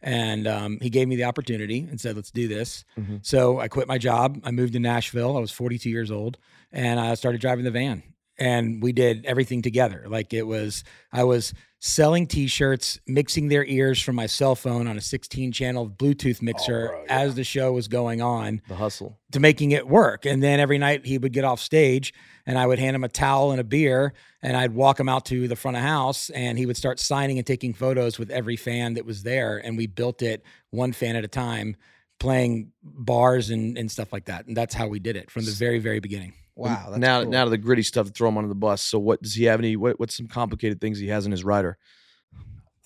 And um, he gave me the opportunity and said, let's do this. Mhm. So I quit my job. I moved to Nashville. I was 42 years old and I started driving the van. And we did everything together. Like it was, I was selling t shirts, mixing their ears from my cell phone on a 16 channel Bluetooth mixer bro, as the show was going on The hustle. to making it work. And then every night he would get off stage and I would hand him a towel and a beer and I'd walk him out to the front of house and he would start signing and taking photos with every fan that was there. And we built it one fan at a time, playing bars and, and stuff like that. And that's how we did it from the very, very beginning. Wow. Oh, That's now, cool. now to the gritty stuff to throw him under the bus. So, what does he have? Any? What, what's some complicated things he has in his rider?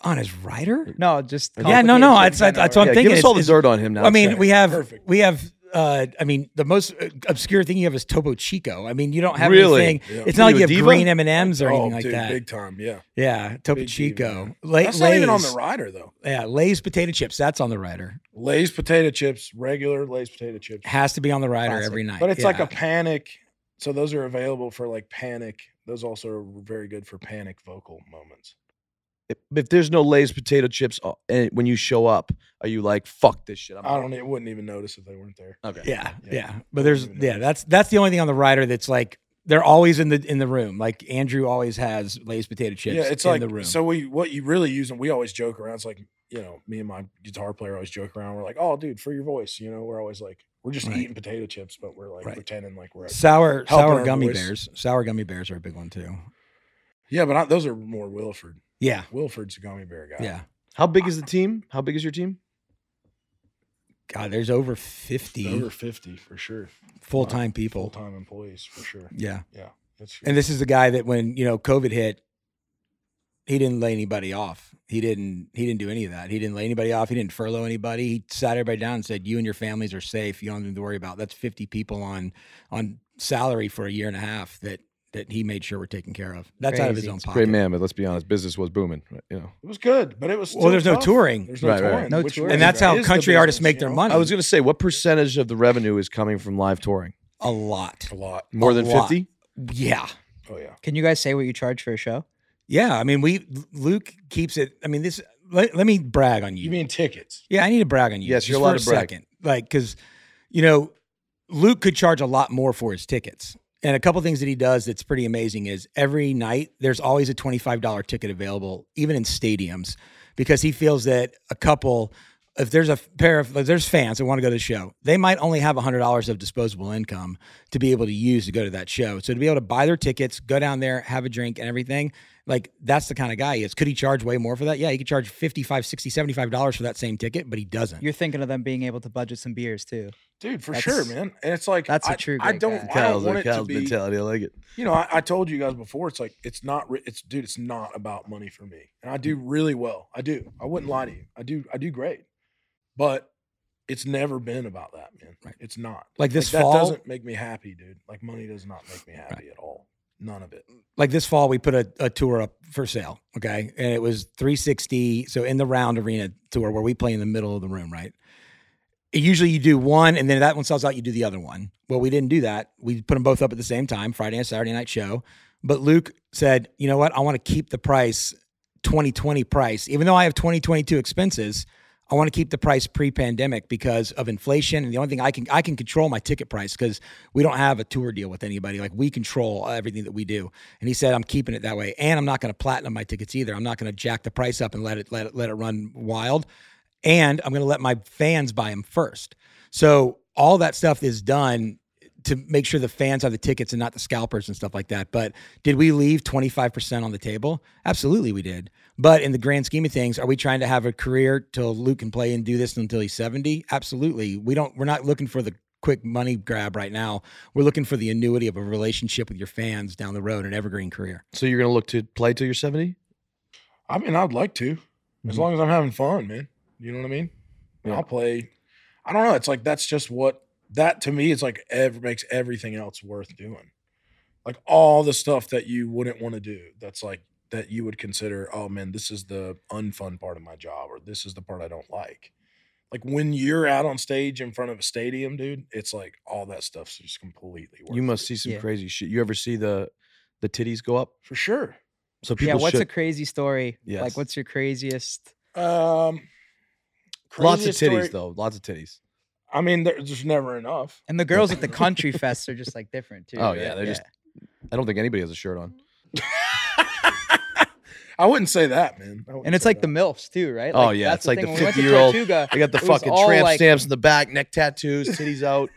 On his rider? no, just Yeah, no, no. complications It's, in that's that's what general. I'm yeah, thinking. give us It's- all the it's- dirt on him now. I mean, we have Perfect. we have. Uh, I mean, the most uh, obscure thing you have is Topo Chico. I mean, you don't have Really? anything. Yeah. It's not What like are you, you a have diva? green M and M's or oh, anything like dude, that. big time. Yeah, Yeah, Topo Big diva, Chico. man. La- that's not even on the Lay's- rider though. Yeah, Lay's potato chips. That's on the rider. Lay's potato chips, regular Lay's potato chips, Has to be on the rider Classic. every night. but it's like Yeah. a panic. So those are available for like panic. Those also are very good for panic vocal moments. if, if there's no Lay's potato chips uh, and when you show up, are you like fuck this shit? I'm I out." don't. It wouldn't even notice if they weren't there. Okay. yeah, yeah, Yeah. But there's Even yeah, though- that's that's the only thing on the rider that's like they're always in the in the room. Like Andrew always has Lay's potato chips. yeah, it's in like the room. so. We what you really use, and we always joke around. It's like you know, me and my guitar player always joke around. We're like, "Oh, dude, for your voice," you know. We're always like, we're just Right. eating potato chips, but we're like Right. pretending like we're. at- sour Helping sour our gummy voice. bears. Sour gummy bears are a big one too. Yeah, but I, those are more Wilford. Yeah, Wilford's a gummy bear guy. yeah. How big is the team? How big is your team? God, there's over It's fifty over fifty for sure. full time people. Full time employees for sure. Yeah. That's And this is the guy that when you know COVID hit, he didn't lay anybody off. He didn't. He didn't do any of that. He didn't lay anybody off. He didn't furlough anybody. He sat everybody down and said, "You and your families are safe. You don't have anything to worry about." That's fifty people on on salary for a year and a half that that he made sure were taken care of. That's out of his Crazy. own It's a pocket. great man, but let's be honest, business was booming. right, You know, it was good, but it was. Well, still there's no tough. touring. There's no Right, right. touring. No which touring. was- And that's how is the country artists business, make you their know? money. I was gonna say, what percentage of the revenue is coming from live touring? A lot. A lot. More A than lot. fifty? Yeah. Oh yeah. Can you guys say what you charge for a show? Yeah. I mean, we Luke keeps it. I mean, this. Let, let me brag on you. You mean tickets? Yeah, I need to brag on you. Yes, just you're for allowed to a brag. Second. Like, because you know, Luke could charge a lot more for his tickets. And a couple things that he does that's pretty amazing is every night there's always a $25 ticket available, even in stadiums, because he feels that a couple, if there's a pair of, if there's fans that want to go to the show, they might only have $100 of disposable income to be able to use to go to that show. So to be able to buy their tickets, go down there, have a drink and everything, like that's the kind of guy he is. Could he charge way more for that? Yeah, he could charge 55, 60, 75 dollars for that same ticket, but he doesn't. You're thinking of them being able to budget some beers too. Dude, for That's- sure, man. And it's like that's a I- true I great don't. guy. I don't Kyle's want like, it to Kyle's be. mentality. I like it. You know, I, I told you guys before. It's like it's not. re- It's dude. It's not about money for me. And I do really well. I do. I wouldn't lie to you. I do. I do great. But it's never been about that, man. Right. It's not. Like Like, this that fall, doesn't make me happy, dude. Like money does not make me happy at all. None of it. like this fall we put a, a tour up for sale okay and it was 360 so in the round arena tour where we play in the middle of the room right usually you do one and then if that one sells out you do the other one well we didn't do that we put them both up at the same time friday and saturday night show but luke said you know what i want to keep the price 2020 price even though i have 2022 expenses i want to keep the price pre-pandemic because of inflation and the only thing i can i can control my ticket price because we don't have a tour deal with anybody like we control everything that we do and he said, I'm keeping it that way. And I'm not going to platinum my tickets either. I'm not going to jack the price up and let it, let it, let it run wild. And I'm going to let my fans buy them first. So all that stuff is done to make sure the fans have the tickets and not the scalpers and stuff like that. But did we leave 25% on the table? Absolutely we did. But in the grand scheme of things, are we trying to have a career till Luke can play and do this until he's 70? Absolutely. We don't we're not looking for the quick money grab right now. We're looking for the annuity of a relationship with your fans down the road, an evergreen career. So you're gonna look to play till you're seventy? I mean, I'd like to, as Mhm. long as I'm having fun, man. You know what I mean? Yeah. I'll play. I don't know. It's like that's just what that to me is like. Ever makes everything else worth doing. like all the stuff that you wouldn't want to do that's like that you would consider oh man this is the unfun part of my job or this is the part i don't like like when you're out on stage in front of a stadium dude it's like all that stuff's just completely worth You must it. see some Yeah. crazy shit. You ever see the the titties go up? for sure So yeah, people what's a should, crazy story? Yes. Like, what's your craziest? um lots of craziest titties story- though. Lots of titties. i mean there- there's never enough And the girls at the country fests are just like different too. Oh, yeah, right? they're just- I don't think anybody has a shirt on. I wouldn't say that, man. I wouldn't And it's say like the that. milfs too, right? Oh, yeah, that's it's like thing. the When we went to 50-year-old Tortuga, They got the It was fucking all tramp like- stamps in the back, neck tattoos, titties out.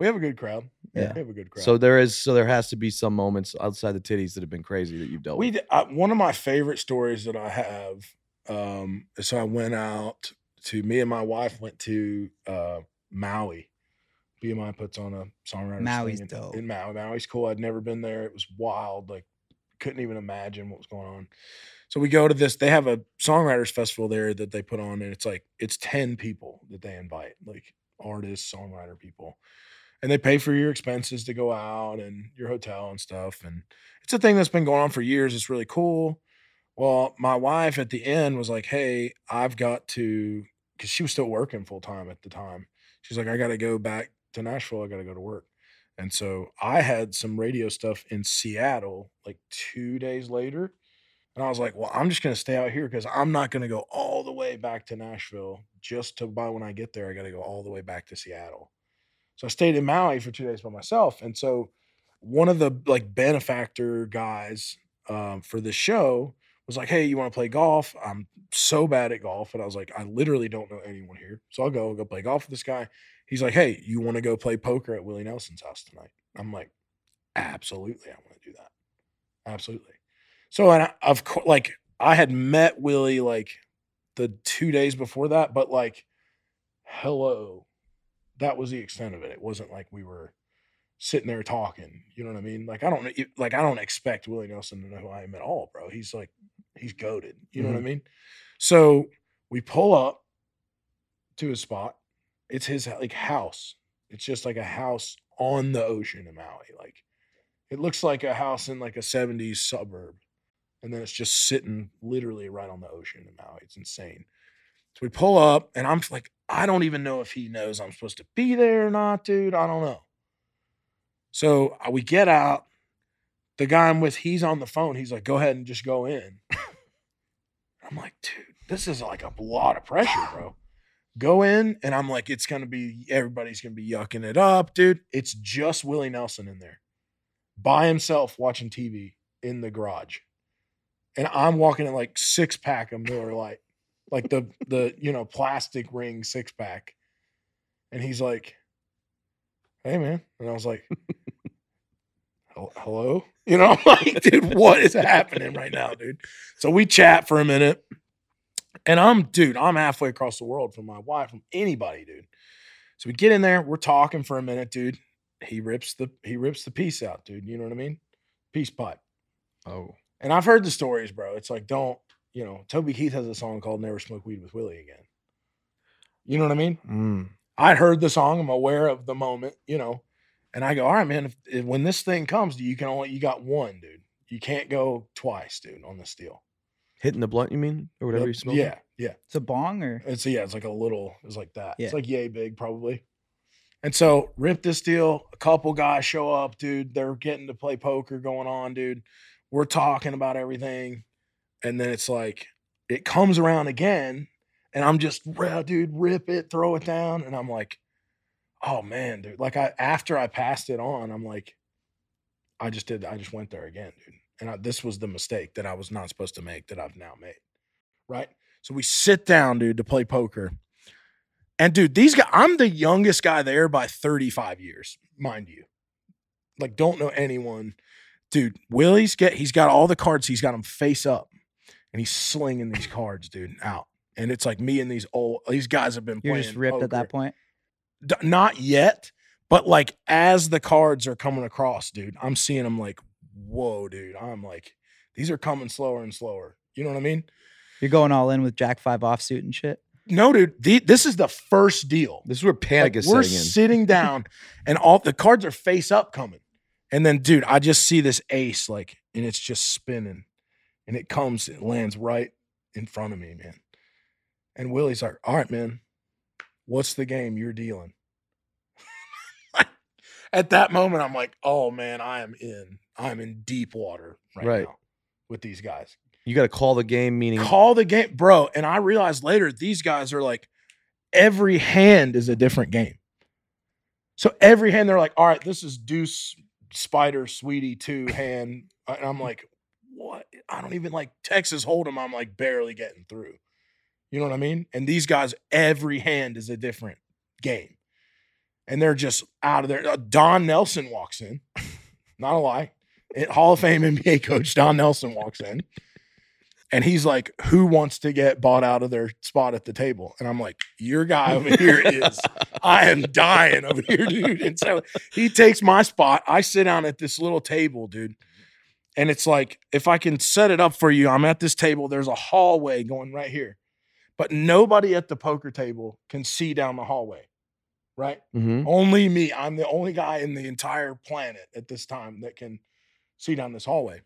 we have a good crowd. Yeah. we have a good crowd. So there is, so there has to be some moments outside the titties that have been crazy that you've dealt we with. d- I, one of my favorite stories that I have. Um, is so I went out to me and my wife went to uh, Maui. BMI puts on a songwriter. Maui's in, dope. in Maui. Maui's cool. I'd never been there. It was wild. Like couldn't even imagine what was going on. So we go to this. They have a songwriters festival there that they put on, and it's like it's ten people that they invite, like artists, songwriter people, and they pay for your expenses to go out and your hotel and stuff. And it's a thing that's been going on for years. It's really cool. Well, my wife at the end was like, "Hey, I've got to," because she was still working full time at the time. She's like, "I got to go back to Nashville. I got to go to work." And so I had some radio stuff in Seattle like two days later. And I was like, well, I'm just going to stay out here because I'm not going to go all the way back to Nashville just to by when I get there. I got to go all the way back to Seattle. So I stayed in Maui for two days by myself. And so one of the like benefactor guys um, for the show was like, hey, you want to play golf? I'm so bad at golf. And I was like, I literally don't know anyone here. So I'll go, I'll go play golf with this guy. He's like, hey, you want to go play poker at Willie Nelson's house tonight? I'm like, absolutely, I want to do that. Absolutely. So, and I, of course, like I had met Willie like the two days before that, but like, hello, that was the extent of it. It wasn't like we were sitting there talking. You know what I mean? Like I don't e- like I don't expect Willie Nelson to know who I am at all, bro. He's like he's goaded. You know what I mean? So we pull up to his spot. It's his like house. It's just like a house on the ocean in Maui. Like it looks like a house in like a 70s suburb. And then it's just sitting literally right on the ocean in Maui. It's insane. So we pull up and I'm like, I don't even know if he knows I'm supposed to be there or not, dude. I don't know. So uh, we get out. The guy I'm with, he's on the phone. He's like, go ahead and just go in. I'm like, dude, this is like a lot of pressure, bro. Go in, and I'm like, it's gonna be everybody's gonna be yucking it up, dude. It's just Willie Nelson in there by himself watching TV in the garage. And I'm walking in like six pack of Miller Lite, like the the you know, plastic ring six pack. And he's like, Hey man. And I was like, "Hel- hello? You know, I'm like, dude, what is happening right now, dude? So we chat for a minute. And I'm, dude, I'm halfway across the world from my wife, from anybody, dude. So we get in there, we're talking for a minute, dude. He rips the he rips the piece out, dude. You know what I mean? Peace pipe. Oh, And I've heard the stories, bro. It's like, don't, you know, Toby Keith has a song called Never Smoke Weed with Willie Again. You know what I mean? Mm. I heard the song. I'm aware of the moment, you know. And I go, all right, man. If, if- when this thing comes, you can only you got one, dude. You can't go twice, dude, on this deal. hitting the blunt, you mean, or whatever Yep. you smoke. Yeah, yeah. It's a bong or And so yeah, it's like a little, it's like that. It's Yeah. like yay big probably. And so rip this deal. A couple guys show up, dude. They're getting to play poker going on, dude. We're talking about everything. And then it's like it comes around again. And I'm just, "Wow, dude, rip it, throw it down. And I'm like, oh man, dude. Like I after I passed it on, I'm like, I just did, I just went there again, dude. And I, this was the mistake that I was not supposed to make that I've now made. Right. So we sit down, dude, to play poker. And dude, these guys, I'm the youngest guy there by 35 years, mind you. Like, don't know anyone. Dude, Willie's get he's got all the cards, he's got them face up. And he's slinging these cards, dude, out. And it's like me and these old these guys have been you're playing just ripped at poker that point? d- not yet, but like as the cards are coming across, dude, I'm seeing them like, whoa, dude. I'm like, these are coming slower and slower. You know what I mean? You're going all in with Jack Five offsuit and shit. No, dude, the, this is the first deal. This is where panic Like, is we're setting in. sitting down, and all the cards are face up coming, And then, dude, I just see this ace like, and it's just spinning, and it comes, it lands right in front of me, man. And Willie's like, "All right, man, what's the game you're dealing?" At that moment, I'm like, "Oh man, I am in. I'm in deep water right, Right. now with these guys." You got to call the game, meaning Call the game, bro. And I realized later these guys are like, every hand is a different game. So every hand they're like, all right, this is Deuce, Spider, Sweetie, two hand, and I'm like, what? I don't even like Texas Hold'em. I'm like barely getting through. You know what I mean? And these guys, every hand is a different game, and they're just out of there. Uh, Don Nelson walks in. Not a lie. And Hall of Fame NBA coach Don Nelson walks in. And he's like, who wants to get bought out of their spot at the table? And I'm like, your guy over here is. I am dying over here, dude. And so he takes my spot. I sit down at this little table, dude. And it's like, if I can set it up for you, I'm at this table. There's a hallway going right here, but nobody at the poker table can see down the hallway, right? Mhm. Only me. I'm the only guy in the entire planet at this time that can see down this hallway.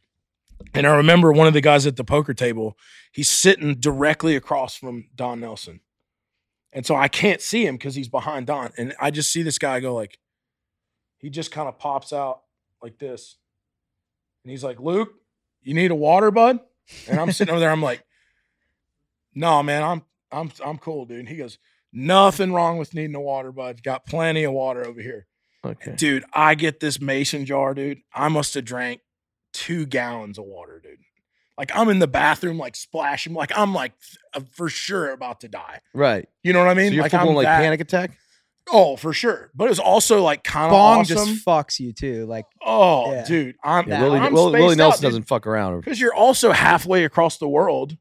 And I remember one of the guys at the poker table, he's sitting directly across from Don Nelson. And so I can't see him because he's behind Don. And I just see this guy go like, he just kind of pops out like this. And he's like, Luke, you need a water, bud? And I'm sitting over there, I'm like, no, man, I'm I'm I'm cool, dude. And he goes, nothing wrong with needing a water, bud. Got plenty of water over here. Okay. Dude, I get this mason jar, dude. I must have drank two gallons of water, dude. Like I'm in the bathroom, like splashing, like I'm like f- uh, for sure about to die. Right. You know what I mean? so you're like full I'm blown, like that- panic attack. Oh, for sure. But it was also like kind of Bong awesome. just fucks you too. Like oh, yeah. dude, I'm. Yeah, Yeah, Nah, Willie, I'm Willie- Willie spaced out, Nelson dude. doesn't fuck around. because you're also halfway across the world,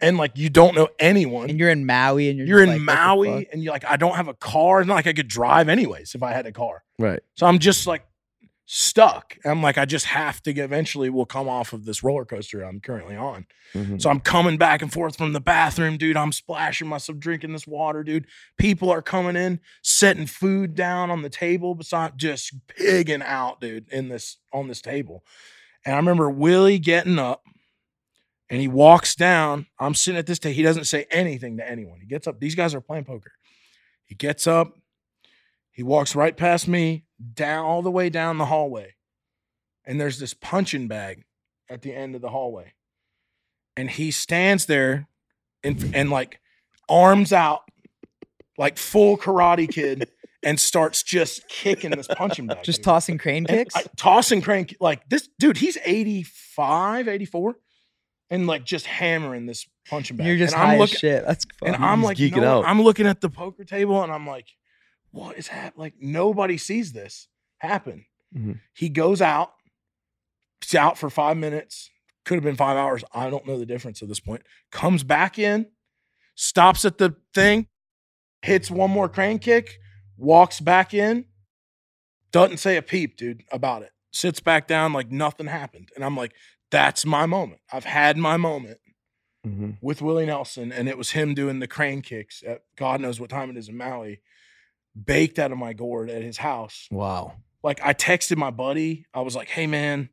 and like you don't know anyone. and you're in Maui and you're you're in just like, what the Maui fuck? and you're like, I don't have a car. It's not like I could drive anyways if I had a car. Right. So I'm just like stuck. I'm like, I just have to eventually will come off of this roller coaster I'm currently on. Mhm. So I'm coming back and forth from the bathroom, dude. I'm splashing myself, drinking this water, dude. People are coming in, setting food down on the table, beside just pigging out, dude, in this on this table. And I remember Willie getting up and he walks down. I'm sitting at this table. He doesn't say anything to anyone. He gets up. These guys are playing poker. He gets up. He walks right past me, down all the way down the hallway. And there's this punching bag at the end of the hallway. And he stands there and, and like arms out, like full karate kid, and starts just kicking this punching bag. just dude. tossing crane And kicks. I- toss and crank like this dude, he's 85, 84, and like just hammering this punching bag. You're just and high I'm as looking shit. That's and fucking- I'm He's like geeking no- out. I'm looking at the poker table and I'm like, what is happening? Like nobody sees this happen. Mhm. He goes out, he's out for five minutes, could have been five hours. I don't know the difference at this point. Comes back in, stops at the thing, hits one more crane kick, walks back in, doesn't say a peep, dude, about it. Sits back down like nothing happened. And I'm like, that's my moment. I've had my moment Mhm. with Willie Nelson, and it was him doing the crane kicks at God knows what time it is in Maui, baked out of my gourd at his house. Wow. Like I texted my buddy, I was like, "Hey man,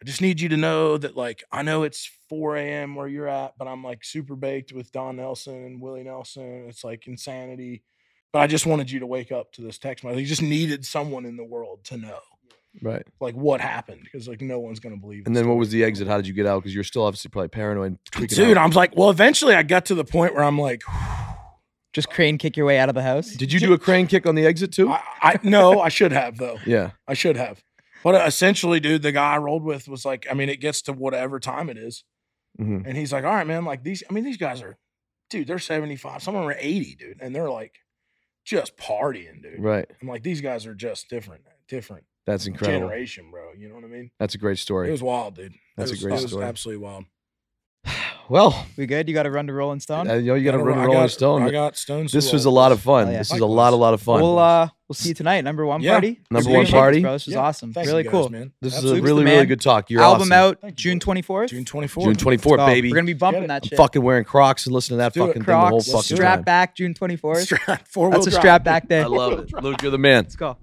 I just need you to know that like I know it's 4 a.m. where you're at, but I'm like super baked with Don Nelson and Willie Nelson. It's like insanity, but I just wanted you to wake up to this text. message. You just needed someone in the world to know Right. like what happened because like no one's gonna believe." And this then what story. was the exit? How did you get out? Because you're still obviously probably paranoid. and freaking Dude, out. I'm like, well, eventually I got to the point where I'm like, just crane kick your way out of the house. did you do a crane kick on the exit too? I, I no, I should have though. yeah. I should have. But uh, essentially, dude, the guy I rolled with was like, I mean, it gets to whatever time it is. hmm And he's like, all right, man, like these, I mean, these guys are, dude, they're 75, some of them are 80, dude. And they're like just partying, dude. Right. I'm like, these guys are just different, different That's incredible. generation, bro. You know what I mean? That's a great It story. was wild, dude. It That's a was- great it was story. absolutely wild. well, We good? You got to run to Rolling Stone. I know you got to I run I Rolling got- I Stone. got stones. This to was a roll. lot of fun. Oh, yeah. This is a lot, a lot of fun. We'll uh, we'll see you tonight. Number one Yeah. party. Number Appreciate one it, party. Bro, this was Yeah. awesome. Thank you really guys, cool. man. this is a Luke's Absolutely. the really, really man. good talk. You're Album awesome. out Thank you, June brother. twenty fourth. June 24th. June 24th, Oh, baby. We're gonna be bumping it. that shit. fucking wearing Crocs and listening to that Do it. fucking thing the whole Crocs, fucking strap time. back June twenty fourth. Strap, four-wheel That's a drive. strap back day. I love it. Luke, you're the man. Let's go.